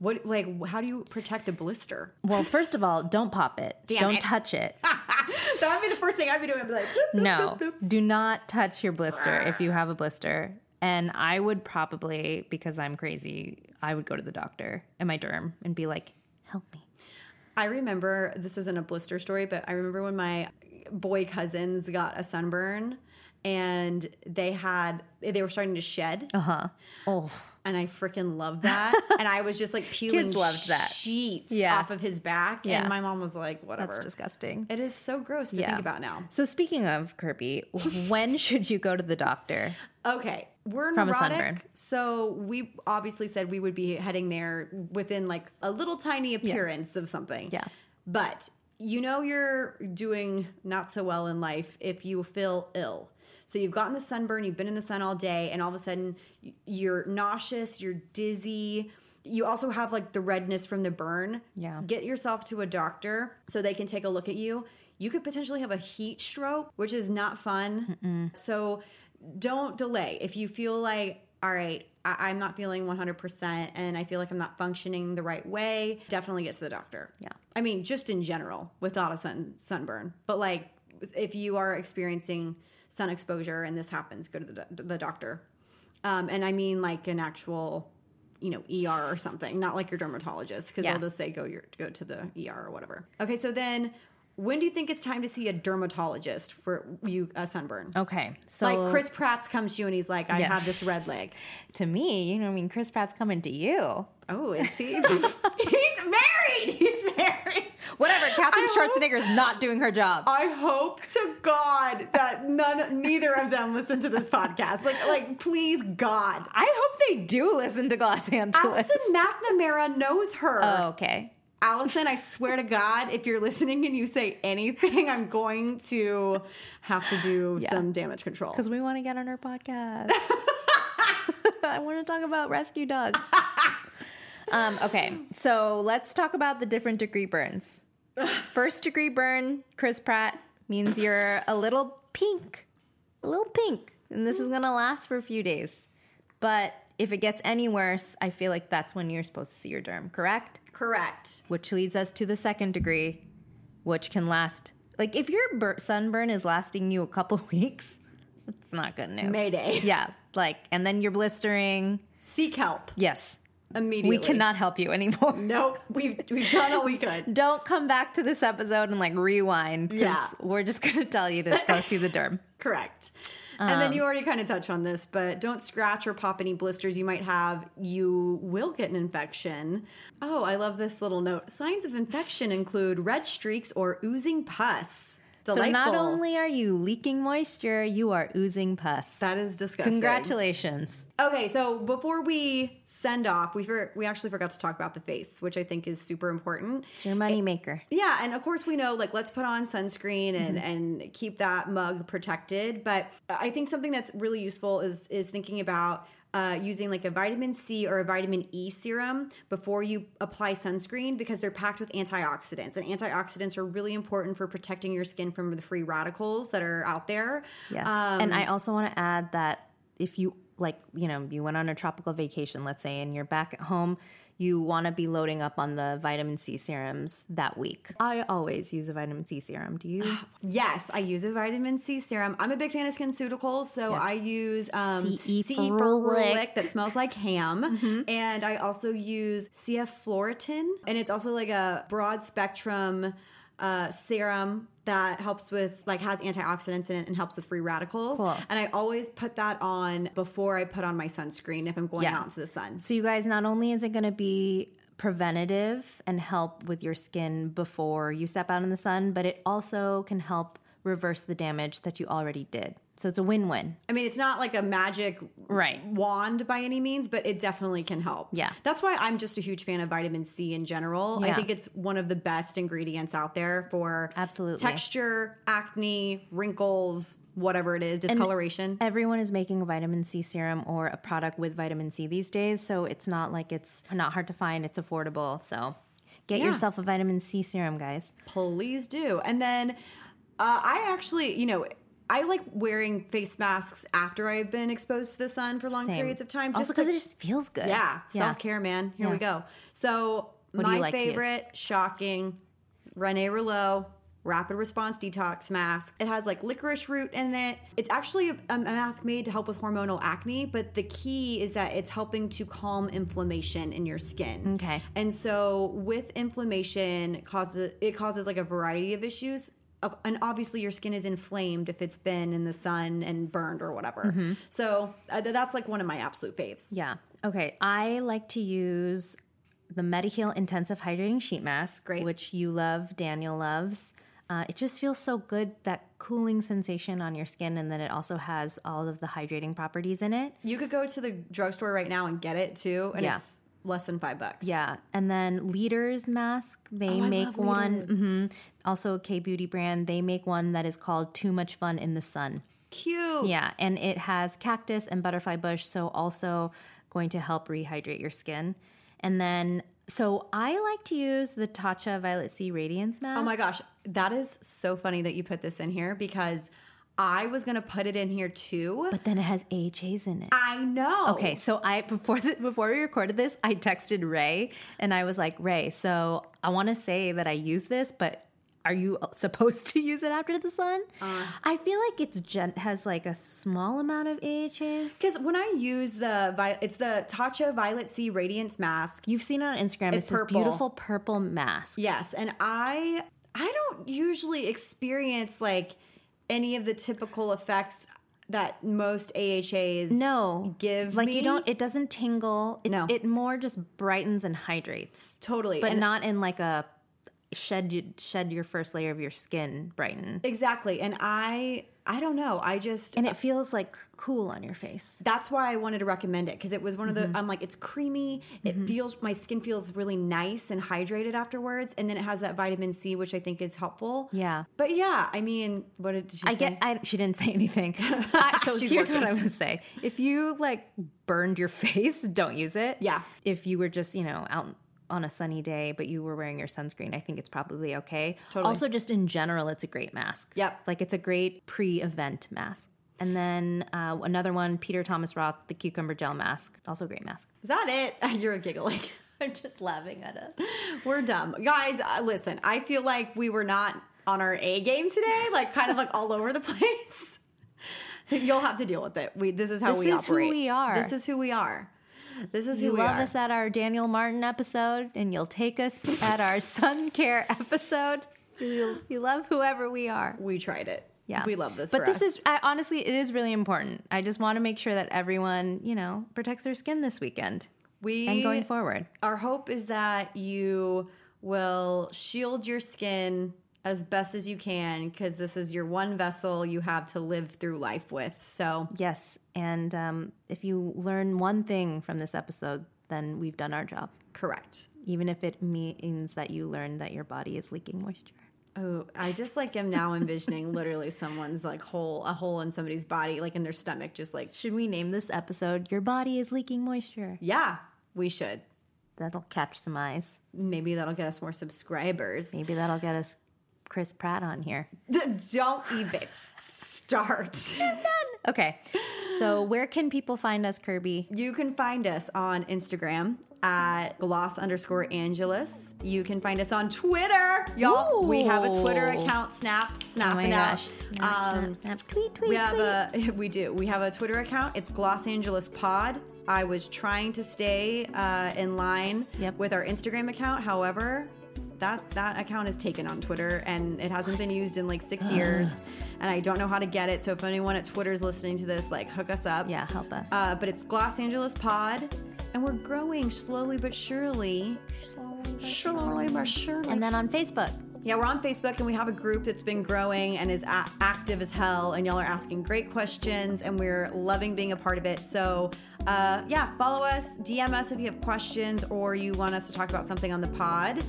Speaker 1: what, like, how do you protect a blister? <laughs>
Speaker 2: Well, first of all, don't pop it. don't touch it.
Speaker 1: That would be the first thing I'd be doing. I'd be like, "Boop, boop."
Speaker 2: <laughs> No, do not touch your blister if you have a blister. And I would probably, because I'm crazy, I would go to the doctor and my derm and be like, help me.
Speaker 1: I remember this isn't a blister story, but I remember when my boy cousins got a sunburn and they had they were starting to shed
Speaker 2: Oh,
Speaker 1: and I freaking
Speaker 2: <laughs>
Speaker 1: love that. and I was just like peeling
Speaker 2: Kids loved that.
Speaker 1: sheets
Speaker 2: Yeah.
Speaker 1: off of his back,
Speaker 2: Yeah.
Speaker 1: and my mom was like, "Whatever."
Speaker 2: that's disgusting.
Speaker 1: it is so gross to
Speaker 2: Yeah.
Speaker 1: think about now.
Speaker 2: So, speaking of <laughs> Kirby, when should you go to the doctor?
Speaker 1: Okay, we're
Speaker 2: From a
Speaker 1: neurotic,
Speaker 2: sunburn.
Speaker 1: so we obviously said we would be heading there within like a little tiny appearance of something.
Speaker 2: Yeah.
Speaker 1: but you know you're doing not so well in life if you feel ill. So you've gotten the sunburn, you've been in the sun all day, and all of a sudden y- you're nauseous, you're dizzy. You also have like the redness from the burn.
Speaker 2: Yeah.
Speaker 1: Get yourself to a doctor so they can take a look at you. You could potentially have a heat stroke, which is not fun. So don't delay. If you feel like, all right, I- I'm not feeling 100% and I feel like I'm not functioning the right way, definitely get to the doctor.
Speaker 2: Yeah.
Speaker 1: I mean, just in general without a sun- sunburn. But like if you are experiencing sun exposure and this happens, go to the, do- the doctor. Um, and I mean like an actual, you know, ER or something, not like your dermatologist because
Speaker 2: Yeah.
Speaker 1: E they'll just say go your go to the ER or whatever. Okay, so then When do you think it's time to see a dermatologist for you a sunburn?
Speaker 2: Okay. So
Speaker 1: like Chris Pratt's comes to you and he's like, I have this red leg.
Speaker 2: to me, you know, I mean, Chris Pratt's coming to you.
Speaker 1: Oh, is <laughs> he? he's married. He's married.
Speaker 2: <laughs> Whatever. Katherine
Speaker 1: I hope-
Speaker 2: Schwarzenegger is not doing her job.
Speaker 1: I hope to God that none, neither of them listen to this podcast. Like, like, please, God.
Speaker 2: I hope they do listen to Los Angeles.
Speaker 1: Allison McNamara knows her.
Speaker 2: Oh, okay.
Speaker 1: Allison, I swear to God, if you're listening and you say anything, I'm going to have to do some damage control.
Speaker 2: Because we want to get on her podcast. <laughs> I want to talk about rescue dogs. um, okay, so let's talk about the different degree burns. First degree burn, Chris Pratt, means you're a little pink, a little pink, and this is going to last for a few days. But if it gets any worse, I feel like that's when you're supposed to see your derm, correct?
Speaker 1: Correct.
Speaker 2: which leads us to the second degree, which can last. Like if your bur- sunburn is lasting you a couple <laughs> weeks, that's not good news.
Speaker 1: Mayday.
Speaker 2: <laughs> Yeah, like and then you're blistering.
Speaker 1: Seek help
Speaker 2: Yes, Mm.
Speaker 1: immediately.
Speaker 2: we cannot help you anymore.
Speaker 1: Nope. We've, we've done all we could.
Speaker 2: <laughs> Don't come back to this episode and like rewind because
Speaker 1: Yeah.
Speaker 2: we're just gonna tell you to go see the <laughs> derm.
Speaker 1: Correct. and
Speaker 2: Um,
Speaker 1: then you already kind of touched on this, but don't scratch or pop any blisters you might have. You will get an infection. Oh, I love this little note. Signs of infection include red streaks or oozing pus. Delightful.
Speaker 2: So not only are you leaking moisture, you are oozing pus.
Speaker 1: that is disgusting.
Speaker 2: Congratulations.
Speaker 1: Okay, so before we send off, we for, we actually forgot to talk about the face, which I think is super important.
Speaker 2: It's your moneymaker.
Speaker 1: Yeah, and of course we know like let's put on sunscreen and and keep that mug protected. But I think something that's really useful is is thinking about uh, using like a vitamin C or a vitamin E serum before you apply sunscreen because they're packed with antioxidants and antioxidants are really important for protecting your skin from the free radicals that are out there.
Speaker 2: Yes. and I also want to add that if you like, you know, you went on a tropical vacation, let's say, and you're back at home, you want to be loading up on the vitamin C serums that week. I always use a vitamin C serum. Do you?
Speaker 1: Yes, I use a vitamin C serum. I'm a big fan of SkinCeuticals, so I use um,
Speaker 2: CE
Speaker 1: CE
Speaker 2: Ferulic.
Speaker 1: Ferulic that smells like ham,
Speaker 2: Mm-hmm.
Speaker 1: and I also use CF Floritin, and it's also like a broad spectrum uh, serum that helps with like has antioxidants in it and helps with free radicals.
Speaker 2: Cool.
Speaker 1: And I always put that on before I put on my sunscreen if I'm going
Speaker 2: Yeah.
Speaker 1: out into the sun.
Speaker 2: <sighs> So, you guys, not only is it going to be preventative and help with your skin before you step out in the sun, but it also can help reverse the damage that you already did. So, it's a win win.
Speaker 1: I mean, it's not like a magic
Speaker 2: Right.
Speaker 1: wand by any means, but it definitely can help.
Speaker 2: Yeah.
Speaker 1: That's why I'm just a huge fan of vitamin C in general.
Speaker 2: Yeah.
Speaker 1: I think it's one of the best ingredients out there for
Speaker 2: Absolutely.
Speaker 1: texture, acne, wrinkles, whatever it is, discoloration.
Speaker 2: Everyone is making a vitamin C serum or a product with vitamin C these days, so it's not like it's not hard to find, it's affordable. So get
Speaker 1: Yeah.
Speaker 2: yourself a vitamin C serum, guys.
Speaker 1: Please do. And then uh, I actually, you know, I like wearing face masks after I've been exposed to the sun for long
Speaker 2: Same.
Speaker 1: periods of time.
Speaker 2: Also
Speaker 1: just
Speaker 2: because
Speaker 1: to-
Speaker 2: it just feels good.
Speaker 1: Yeah, self care, man. Here we go. So
Speaker 2: do
Speaker 1: my
Speaker 2: you like to use?
Speaker 1: favorite, shocking, Rene Rouleau rapid response detox mask. It has like licorice root in it. It's actually a, a mask made to help with hormonal acne, but the key is that it's helping to calm inflammation in your skin.
Speaker 2: Okay.
Speaker 1: And so with inflammation causes it causes like a variety of issues. Uh, And obviously, your skin is inflamed if it's been in the sun and burned or whatever.
Speaker 2: Mm-hmm.
Speaker 1: So uh, th- that's like one of my absolute faves.
Speaker 2: Yeah. Okay. I like to use the MediHeal Intensive Hydrating Sheet Mask,
Speaker 1: Great.
Speaker 2: which you love, Daniel loves. Uh, it just feels so good that cooling sensation on your skin, and then it also has all of the hydrating properties in it.
Speaker 1: You could go to the drugstore right now and get it too, and
Speaker 2: Yeah.
Speaker 1: it's less than five bucks.
Speaker 2: Yeah, and then Leaders Mask, they
Speaker 1: Oh, I
Speaker 2: make
Speaker 1: love
Speaker 2: one. hmm also, a K Beauty brand, they make one that is called Too Much Fun in the Sun.
Speaker 1: cute.
Speaker 2: Yeah, and it has cactus and butterfly bush, so also going to help rehydrate your skin. And then, so I like to use the Tatcha Violet C Radiance Mask.
Speaker 1: Oh my gosh, that is so funny that you put this in here because I was gonna put it in here too.
Speaker 2: But then it has AHAs in it.
Speaker 1: I know.
Speaker 2: Okay, so I <laughs> before the, before we recorded this, I texted Ray and I was like, "Ray, so I want to say that I use this, but are you <laughs> supposed to use it after the sun?" I feel like it's gen- has like a small amount of AHAs.
Speaker 1: Because when I use the vi- it's the Tatcha Violet C Radiance Mask.
Speaker 2: You've seen it on Instagram. It's, this
Speaker 1: purple.
Speaker 2: beautiful purple mask.
Speaker 1: Yes, and I I I don't usually experience like any of the typical effects that most AHAs
Speaker 2: No,
Speaker 1: give
Speaker 2: like
Speaker 1: me.
Speaker 2: you don't. It doesn't tingle. It,
Speaker 1: No.
Speaker 2: it more just brightens and hydrates,
Speaker 1: totally
Speaker 2: but
Speaker 1: And-
Speaker 2: not in like a shed you- shed your first layer of your skin brighten.
Speaker 1: exactly and I I don't know I just
Speaker 2: And it feels like cool on your face.
Speaker 1: that's why I wanted to recommend it because it was one of the
Speaker 2: Mm-hmm.
Speaker 1: I'm like it's creamy it feels my skin feels really nice and hydrated afterwards and then it has that vitamin C which I think is helpful
Speaker 2: Yeah.
Speaker 1: but yeah I mean what did she
Speaker 2: I
Speaker 1: say
Speaker 2: get. I, she didn't
Speaker 1: <laughs>
Speaker 2: say anything. I, so
Speaker 1: She's
Speaker 2: here's
Speaker 1: working.
Speaker 2: what I'm gonna say: If you like burned your <laughs> face, don't use it.
Speaker 1: Yeah.
Speaker 2: If you were just you know out on a sunny day, but you were wearing your sunscreen, I think it's probably okay.
Speaker 1: Totally.
Speaker 2: Also, just in general, it's a great mask.
Speaker 1: Yep.
Speaker 2: Like it's a great pre-event mask. And then uh, another one, Peter Thomas Roth, the cucumber gel mask, also a great mask.
Speaker 1: is that it <laughs> you're giggling
Speaker 2: I'm just <laughs> laughing at it.
Speaker 1: We're dumb. Guys, uh, listen, I feel like we were not on our A game today, like kind of like all over the <laughs> place. You'll have to deal with it. We this is how
Speaker 2: This
Speaker 1: we
Speaker 2: is who
Speaker 1: operate.
Speaker 2: we are.
Speaker 1: This is who we are. This is
Speaker 2: You
Speaker 1: who we
Speaker 2: love
Speaker 1: are.
Speaker 2: us at our Daniel Martin episode, and you'll take us
Speaker 1: <laughs>
Speaker 2: at our sun care episode. You'll, you love whoever we are.
Speaker 1: we tried it.
Speaker 2: Yeah,
Speaker 1: We love this.
Speaker 2: But
Speaker 1: for
Speaker 2: this
Speaker 1: us.
Speaker 2: is I, honestly, it is really important. I just want to make sure that everyone, you know, protects their skin this weekend
Speaker 1: we
Speaker 2: and going forward.
Speaker 1: our hope is that you will shield your skin as best as you can because this is your one vessel you have to live through life with. So
Speaker 2: Yes, and um, if you learn one thing from this episode, then we've done our job.
Speaker 1: correct.
Speaker 2: Even if it means that you learn that your body is leaking moisture.
Speaker 1: Oh, I just like am now
Speaker 2: <laughs>
Speaker 1: envisioning literally someone's like hole, a hole in somebody's body, like in their stomach, just like,
Speaker 2: Should we name this episode "Your Body Is Leaking Moisture"?
Speaker 1: yeah, we should.
Speaker 2: That'll catch some eyes.
Speaker 1: Maybe that'll get us more subscribers.
Speaker 2: Maybe that'll get us Chris Pratt on here.
Speaker 1: D- don't even start.
Speaker 2: Okay. So where can people find us, Kirby?
Speaker 1: You can find us on Instagram at gloss underscore angelus. You can find us on Twitter. Y'all, we have a Twitter
Speaker 2: Ooh.
Speaker 1: account, snap, snap
Speaker 2: Oh my
Speaker 1: it out.
Speaker 2: gosh. Snap,
Speaker 1: Um,
Speaker 2: snap, snap. Tweet, tweet,
Speaker 1: We have
Speaker 2: tweet.
Speaker 1: a <laughs> we do. We have a Twitter account. It's Los Angeles Pod. I was trying to stay uh, in line
Speaker 2: Yep.
Speaker 1: with our Instagram account. However, s- that that account is taken on Twitter and it hasn't been used in like six
Speaker 2: <sighs>
Speaker 1: years, and I don't know how to get it. So if anyone at Twitter is listening to this, like hook us up.
Speaker 2: Yeah, help us.
Speaker 1: Uh, but it's Los Angeles Pod, and we're growing slowly but surely. Slowly but surely.
Speaker 2: and then on Facebook.
Speaker 1: Yeah, we're on Facebook and we have a group that's been growing and is a- active as hell. And y'all are asking great questions and we're loving being a part of it. So, uh, yeah, follow us, DM us if you have questions or you want us to talk about something on the pod.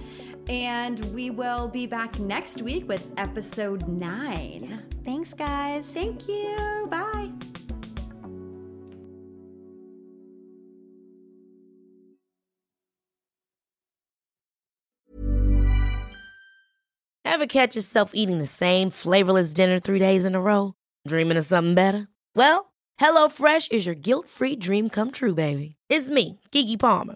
Speaker 1: And we will be back next week with episode nine.
Speaker 2: Thanks, guys.
Speaker 1: Thank you. Bye.
Speaker 3: Ever catch yourself eating the same flavorless dinner three days in a row? Dreaming of something better? Well, HelloFresh is your guilt free dream come true, baby. It's me, Kiki Palmer.